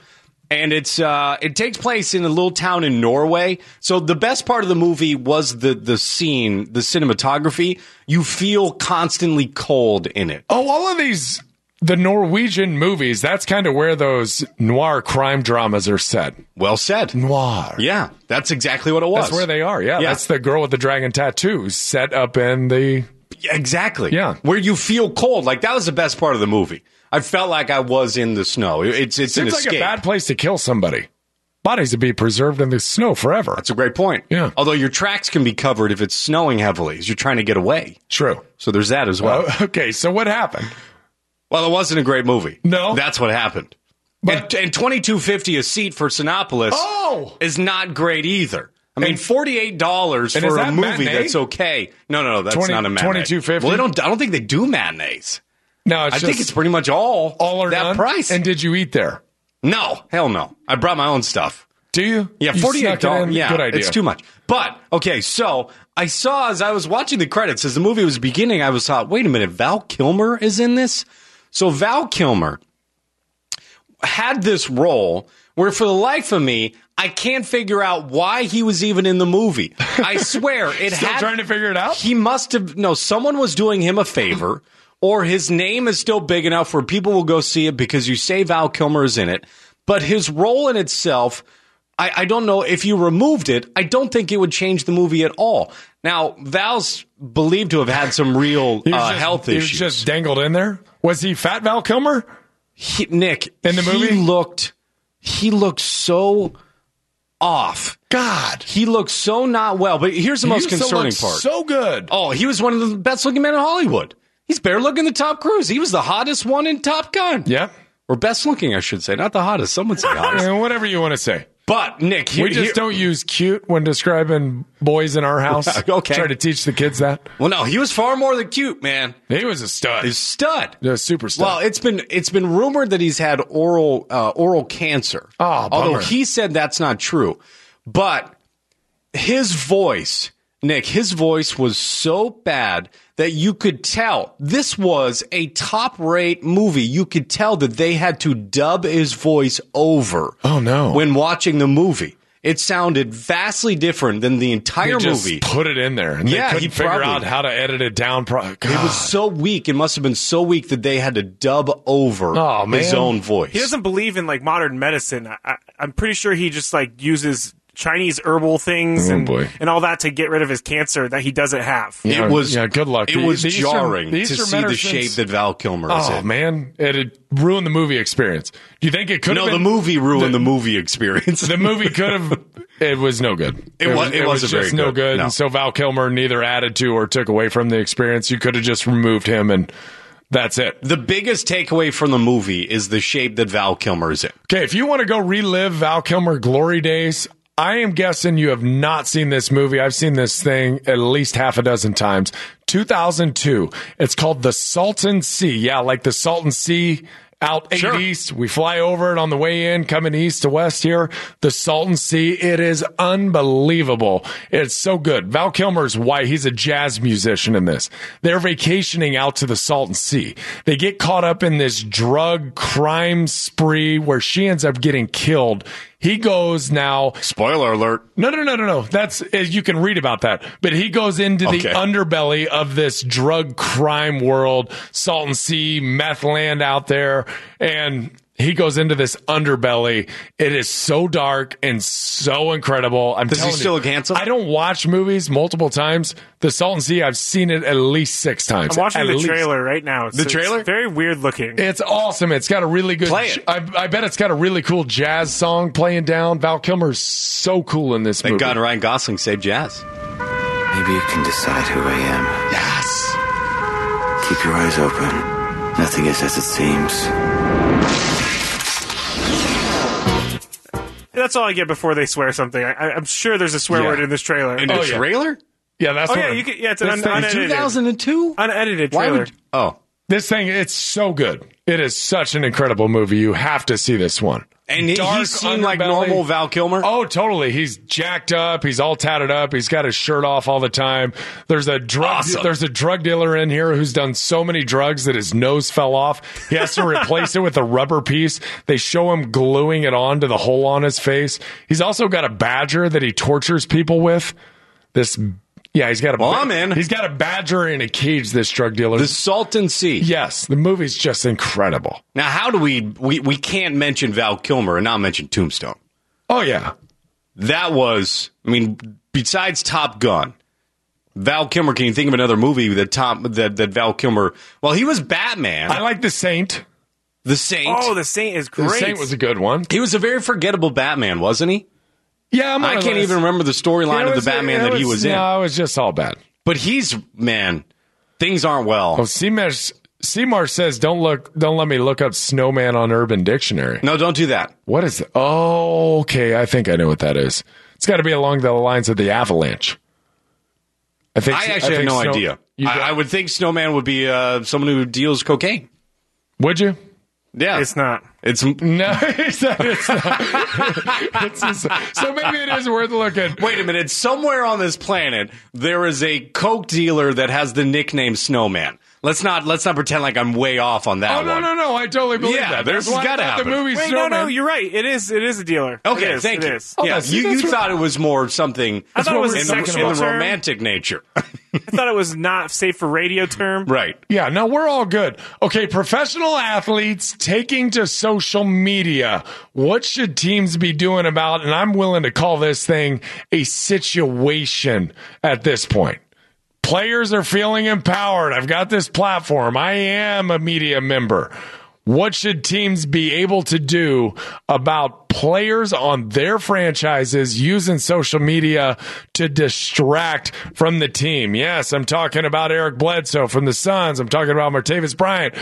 Speaker 3: And it's uh, it takes place in a little town in Norway. So the best part of the movie was the the scene, the cinematography. You feel constantly cold in it.
Speaker 4: Oh, all of these the Norwegian movies. That's kind of where those noir crime dramas are set.
Speaker 3: Well said.
Speaker 4: Noir.
Speaker 3: Yeah, that's exactly what it was.
Speaker 4: That's where they are. Yeah,
Speaker 3: Yeah.
Speaker 4: that's the girl with the dragon tattoos set up in the.
Speaker 3: Exactly.
Speaker 4: Yeah.
Speaker 3: Where you feel cold. Like that was the best part of the movie. I felt like I was in the snow. It's it's an
Speaker 4: Seems like a
Speaker 3: escape.
Speaker 4: bad place to kill somebody. Bodies would be preserved in the snow forever.
Speaker 3: That's a great point.
Speaker 4: Yeah.
Speaker 3: Although your tracks can be covered if it's snowing heavily as you're trying to get away.
Speaker 4: true.
Speaker 3: So there's that as well.
Speaker 4: Oh, okay, so what happened?
Speaker 3: well, it wasn't a great movie.
Speaker 4: No.
Speaker 3: That's what happened.
Speaker 4: But-
Speaker 3: and, and 2250 a seat for Sinopolis
Speaker 4: Oh!
Speaker 3: is not great either. I mean,
Speaker 4: And-
Speaker 3: forty-eight dollars
Speaker 4: And is
Speaker 3: for a
Speaker 4: that
Speaker 3: movie
Speaker 4: matinee?
Speaker 3: that's okay. No, no, no, that's
Speaker 4: 20
Speaker 3: not a matinee.
Speaker 4: 22.50?
Speaker 3: Well, they don't. I don't think they do matinees.
Speaker 4: No, it's
Speaker 3: I
Speaker 4: just
Speaker 3: think it's pretty much all
Speaker 4: all or
Speaker 3: that
Speaker 4: none.
Speaker 3: price.
Speaker 4: And did you eat there?
Speaker 3: no, hell no. I brought my own stuff.
Speaker 4: Do you?
Speaker 3: Yeah,
Speaker 4: You
Speaker 3: forty eight
Speaker 4: snuck it in?
Speaker 3: dollars. Yeah,
Speaker 4: good idea.
Speaker 3: It's too much. But okay, so I saw as I was watching the credits as the movie was beginning, I was thought, wait a minute, Val Kilmer is in this. So Val Kilmer had this role where, for the life of me, I can't figure out why he was even in the movie. I swear, it
Speaker 4: Still
Speaker 3: had
Speaker 4: trying to figure it out?
Speaker 3: He must have no. Someone was doing him a favor. Or his name is still big enough where people will go see it because you say Val Kilmer is in it. But his role in itself I, I don't know if you removed it. I don't think it would change the movie at all. Now, Val's believed to have had some real
Speaker 4: was
Speaker 3: uh,
Speaker 4: just-
Speaker 3: health
Speaker 4: he was
Speaker 3: issues.
Speaker 4: just dangled in there. Was he Fat Val Kilmer?
Speaker 3: He, Nick
Speaker 4: in the movie
Speaker 3: He looked he looked so off.
Speaker 4: God,
Speaker 3: he looked so not well. But here's the
Speaker 4: He
Speaker 3: most
Speaker 4: used to look
Speaker 3: concerning part.
Speaker 4: So good.
Speaker 3: Oh, he was one of the best looking men in Hollywood. He's better looking than Tom Cruise. He was the hottest one in Top Gun.
Speaker 4: Yeah.
Speaker 3: Or best looking, I should say. Not the hottest. Someone say hottest.
Speaker 4: Yeah, whatever you want to say.
Speaker 3: But, Nick, here,
Speaker 4: we just
Speaker 3: here-
Speaker 4: don't use cute when describing boys in our house.
Speaker 3: Okay.
Speaker 4: Try to teach the kids that.
Speaker 3: Well, no, he was far more than cute, man.
Speaker 4: He was a stud.
Speaker 3: He's a stud.
Speaker 4: The superstar.
Speaker 3: Well, it's been it's been rumored that he's had oral uh, oral cancer.
Speaker 4: Oh,
Speaker 3: although
Speaker 4: bummer.
Speaker 3: he said that's not true, but his voice, Nick, his voice was so bad that you could tell this was a top rate movie. You could tell that they had to dub his voice over.
Speaker 4: Oh, no.
Speaker 3: When watching the movie, it sounded vastly different than the entire
Speaker 4: They just
Speaker 3: movie.
Speaker 4: put it in there, and
Speaker 3: Yeah,
Speaker 4: they
Speaker 3: he
Speaker 4: couldn't figure
Speaker 3: probably-
Speaker 4: out how to edit it down. Pro-
Speaker 3: It
Speaker 4: God.
Speaker 3: was so weak. It must have been so weak that they had to dub over
Speaker 4: Oh, man.
Speaker 3: his own voice.
Speaker 7: He doesn't believe in like modern medicine. I, I, I'm pretty sure he just like uses Chinese herbal things
Speaker 4: Oh,
Speaker 3: Mm,
Speaker 7: and
Speaker 4: boy.
Speaker 7: and all that to get rid of his cancer that he doesn't have.
Speaker 4: Yeah,
Speaker 3: it was
Speaker 4: yeah, good luck.
Speaker 3: It
Speaker 4: The-
Speaker 3: was
Speaker 4: the Eastern-
Speaker 3: jarring
Speaker 4: the
Speaker 3: to
Speaker 4: Eastern
Speaker 3: see the
Speaker 4: medicines-
Speaker 3: shape that Val Kilmer is
Speaker 4: Oh
Speaker 3: in.
Speaker 4: man, it had ruined the movie experience. Do you think it could?
Speaker 3: no,
Speaker 4: have
Speaker 3: the
Speaker 4: been,
Speaker 3: movie ruined the, movie experience.
Speaker 4: The movie could have. It was no good.
Speaker 3: It wa- it wasn't
Speaker 4: just
Speaker 3: very
Speaker 4: no
Speaker 3: good,
Speaker 4: good.
Speaker 3: no.
Speaker 4: And so Val Kilmer neither added to or took away from the experience. You could have just removed him, and that's it.
Speaker 3: the biggest takeaway from the movie is the shape that Val Kilmer is in.
Speaker 4: Okay, if you want to go relive Val Kilmer glory days, I am guessing you have not seen this movie. I've seen this thing at least half a dozen times. 2002. It's called The Salton Sea. Yeah, like the Salton Sea out eight
Speaker 3: Sure.
Speaker 4: east. We fly over it on the way in, coming east to west here. The Salton Sea. It is unbelievable. It's so good. Val Kilmer's why he's a jazz musician in this. They're vacationing out to the Salton Sea. They get caught up in this drug crime spree where she ends up getting killed. He goes now.
Speaker 3: Spoiler alert.
Speaker 4: No, no, no, no, no. That's uh, you can read about that. But he goes into the
Speaker 3: Okay.
Speaker 4: underbelly of this drug crime world, salt and sea, meth land out there, and he goes into this underbelly. It is so dark and so incredible. I'm
Speaker 3: Does he
Speaker 4: telling
Speaker 3: still
Speaker 4: you,
Speaker 3: look handsome?
Speaker 4: I don't watch movies multiple times. The Salt and Sea, I've seen it at least six times.
Speaker 7: I'm watching
Speaker 4: At
Speaker 7: the
Speaker 4: least.
Speaker 7: trailer right now. It's,
Speaker 3: The
Speaker 7: it's
Speaker 3: trailer?
Speaker 7: very weird looking.
Speaker 4: It's awesome. It's got a really good.
Speaker 3: Play it.
Speaker 4: I, I bet it's got a really cool jazz song playing down. Val Kilmer's so cool in this
Speaker 3: Thank
Speaker 4: movie.
Speaker 3: God Ryan Gosling saved jazz.
Speaker 14: Maybe you can decide who I am.
Speaker 4: Yes.
Speaker 14: Keep your eyes open. Nothing is as it seems.
Speaker 7: That's all I get before they swear something. I, I- I'm sure there's a swear
Speaker 3: Yeah.
Speaker 7: word in this trailer.
Speaker 3: In
Speaker 4: Oh,
Speaker 3: the
Speaker 4: yeah.
Speaker 3: trailer?
Speaker 4: Yeah, that's
Speaker 7: oh
Speaker 4: what
Speaker 7: yeah,
Speaker 4: I'm-
Speaker 7: you can, yeah, it's an
Speaker 4: this
Speaker 7: un-
Speaker 4: thing-
Speaker 7: unedited,
Speaker 3: 2002?
Speaker 7: unedited
Speaker 3: Why
Speaker 7: trailer.
Speaker 3: would. Oh.
Speaker 4: This thing, it's so good. It is such an incredible movie. You have to see this one.
Speaker 3: And he, he
Speaker 4: Dark
Speaker 3: seemed like
Speaker 4: underbelly.
Speaker 3: normal Val Kilmer.
Speaker 4: Oh, totally. He's jacked up. He's all tatted up. He's got his shirt off all the time. There's a drug.
Speaker 3: Awesome.
Speaker 4: There's a drug dealer in here who's done so many drugs that his nose fell off. He has to replace it with a rubber piece. They show him gluing it onto the hole on his face. He's also got a badger that he tortures people with. This. Yeah, he's got a.
Speaker 3: Well, I'm in.
Speaker 4: He's got a badger in a cage. This drug dealer.
Speaker 3: The Salton Sea.
Speaker 4: Yes, the movie's just incredible.
Speaker 3: Now, how do we, we. We can't mention Val Kilmer and not mention Tombstone.
Speaker 4: Oh yeah,
Speaker 3: that was I mean, besides Top Gun, Val Kilmer, can you think of another movie that Tom that, that Val Kilmer well he was Batman.
Speaker 4: I like The Saint.
Speaker 3: the Saint.
Speaker 7: Oh, the Saint is
Speaker 4: The
Speaker 7: great.
Speaker 4: Saint was a good one.
Speaker 3: he was a very forgettable Batman, wasn't he?
Speaker 4: Yeah, I'm
Speaker 3: I can't even remember the storyline of the Batman that he was in.
Speaker 4: No, it was just all bad.
Speaker 3: But he's man, things aren't
Speaker 4: Oh,
Speaker 3: well.
Speaker 4: Seymour, Seymour says, "Don't look, don't let me look up snowman on Urban Dictionary."
Speaker 3: No, don't do that.
Speaker 4: What is? It? Oh, okay, I think I know what that is. It's got to be along the lines of the avalanche. I think
Speaker 3: I actually have
Speaker 4: think
Speaker 3: no
Speaker 4: snow-
Speaker 3: idea.
Speaker 4: You
Speaker 3: I,
Speaker 4: don't-
Speaker 3: I would think Snowman would be uh, someone who deals cocaine.
Speaker 4: would you?
Speaker 3: Yeah,
Speaker 7: It's not.
Speaker 3: It's
Speaker 4: No, it's not. It's not. It's just- so maybe it is worth looking.
Speaker 3: Wait a minute. Somewhere on this planet, there is a coke dealer that has the nickname Snowman. Let's not let's not pretend like I'm way off on that
Speaker 4: Oh
Speaker 3: one.
Speaker 4: no no no! I totally believe
Speaker 3: Yeah,
Speaker 4: that.
Speaker 3: there's
Speaker 4: That's why I
Speaker 3: gotta
Speaker 4: thought
Speaker 3: happen.
Speaker 4: The movie
Speaker 7: Wait,
Speaker 4: Snowman.
Speaker 7: no, no, you're right. It is. It is a dealer.
Speaker 3: Okay,
Speaker 7: it is,
Speaker 3: thank
Speaker 7: it
Speaker 3: you.
Speaker 7: is.
Speaker 4: Oh,
Speaker 3: yeah,
Speaker 4: that's-
Speaker 3: you,
Speaker 4: that's
Speaker 3: you
Speaker 4: right.
Speaker 3: thought it was more something
Speaker 7: I thought it was
Speaker 4: a
Speaker 3: in, the,
Speaker 4: sexual
Speaker 3: in the
Speaker 7: term.
Speaker 3: romantic nature.
Speaker 7: I thought it was not safe for radio term.
Speaker 3: Right.
Speaker 4: Yeah, no, we're all good. Okay, professional athletes taking to social media. What should teams be doing about? And I'm willing to call this thing a situation at this point. Players are feeling empowered. I've got this platform. I am a media member. What should teams be able to do about players on their franchises using social media to distract from the team? Yes, I'm talking about Eric Bledsoe from the Suns. I'm talking about Martavis Bryant,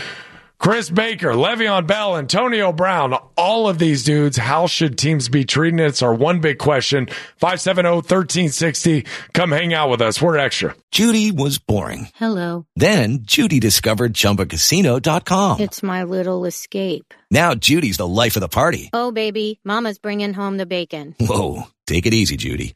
Speaker 4: Chris Baker, Le'Veon Bell, Antonio Brown. All of these dudes, how should teams be treating it? It's our one big question. 570 1360. Come hang out with us. We're extra.
Speaker 2: Judy was boring.
Speaker 15: Hello.
Speaker 2: Then Judy discovered ChumbaCasino.com.
Speaker 15: It's my little escape.
Speaker 2: Now Judy's the life of the party.
Speaker 15: Oh, baby, Mama's bringing home the bacon.
Speaker 2: Whoa, take it easy, Judy.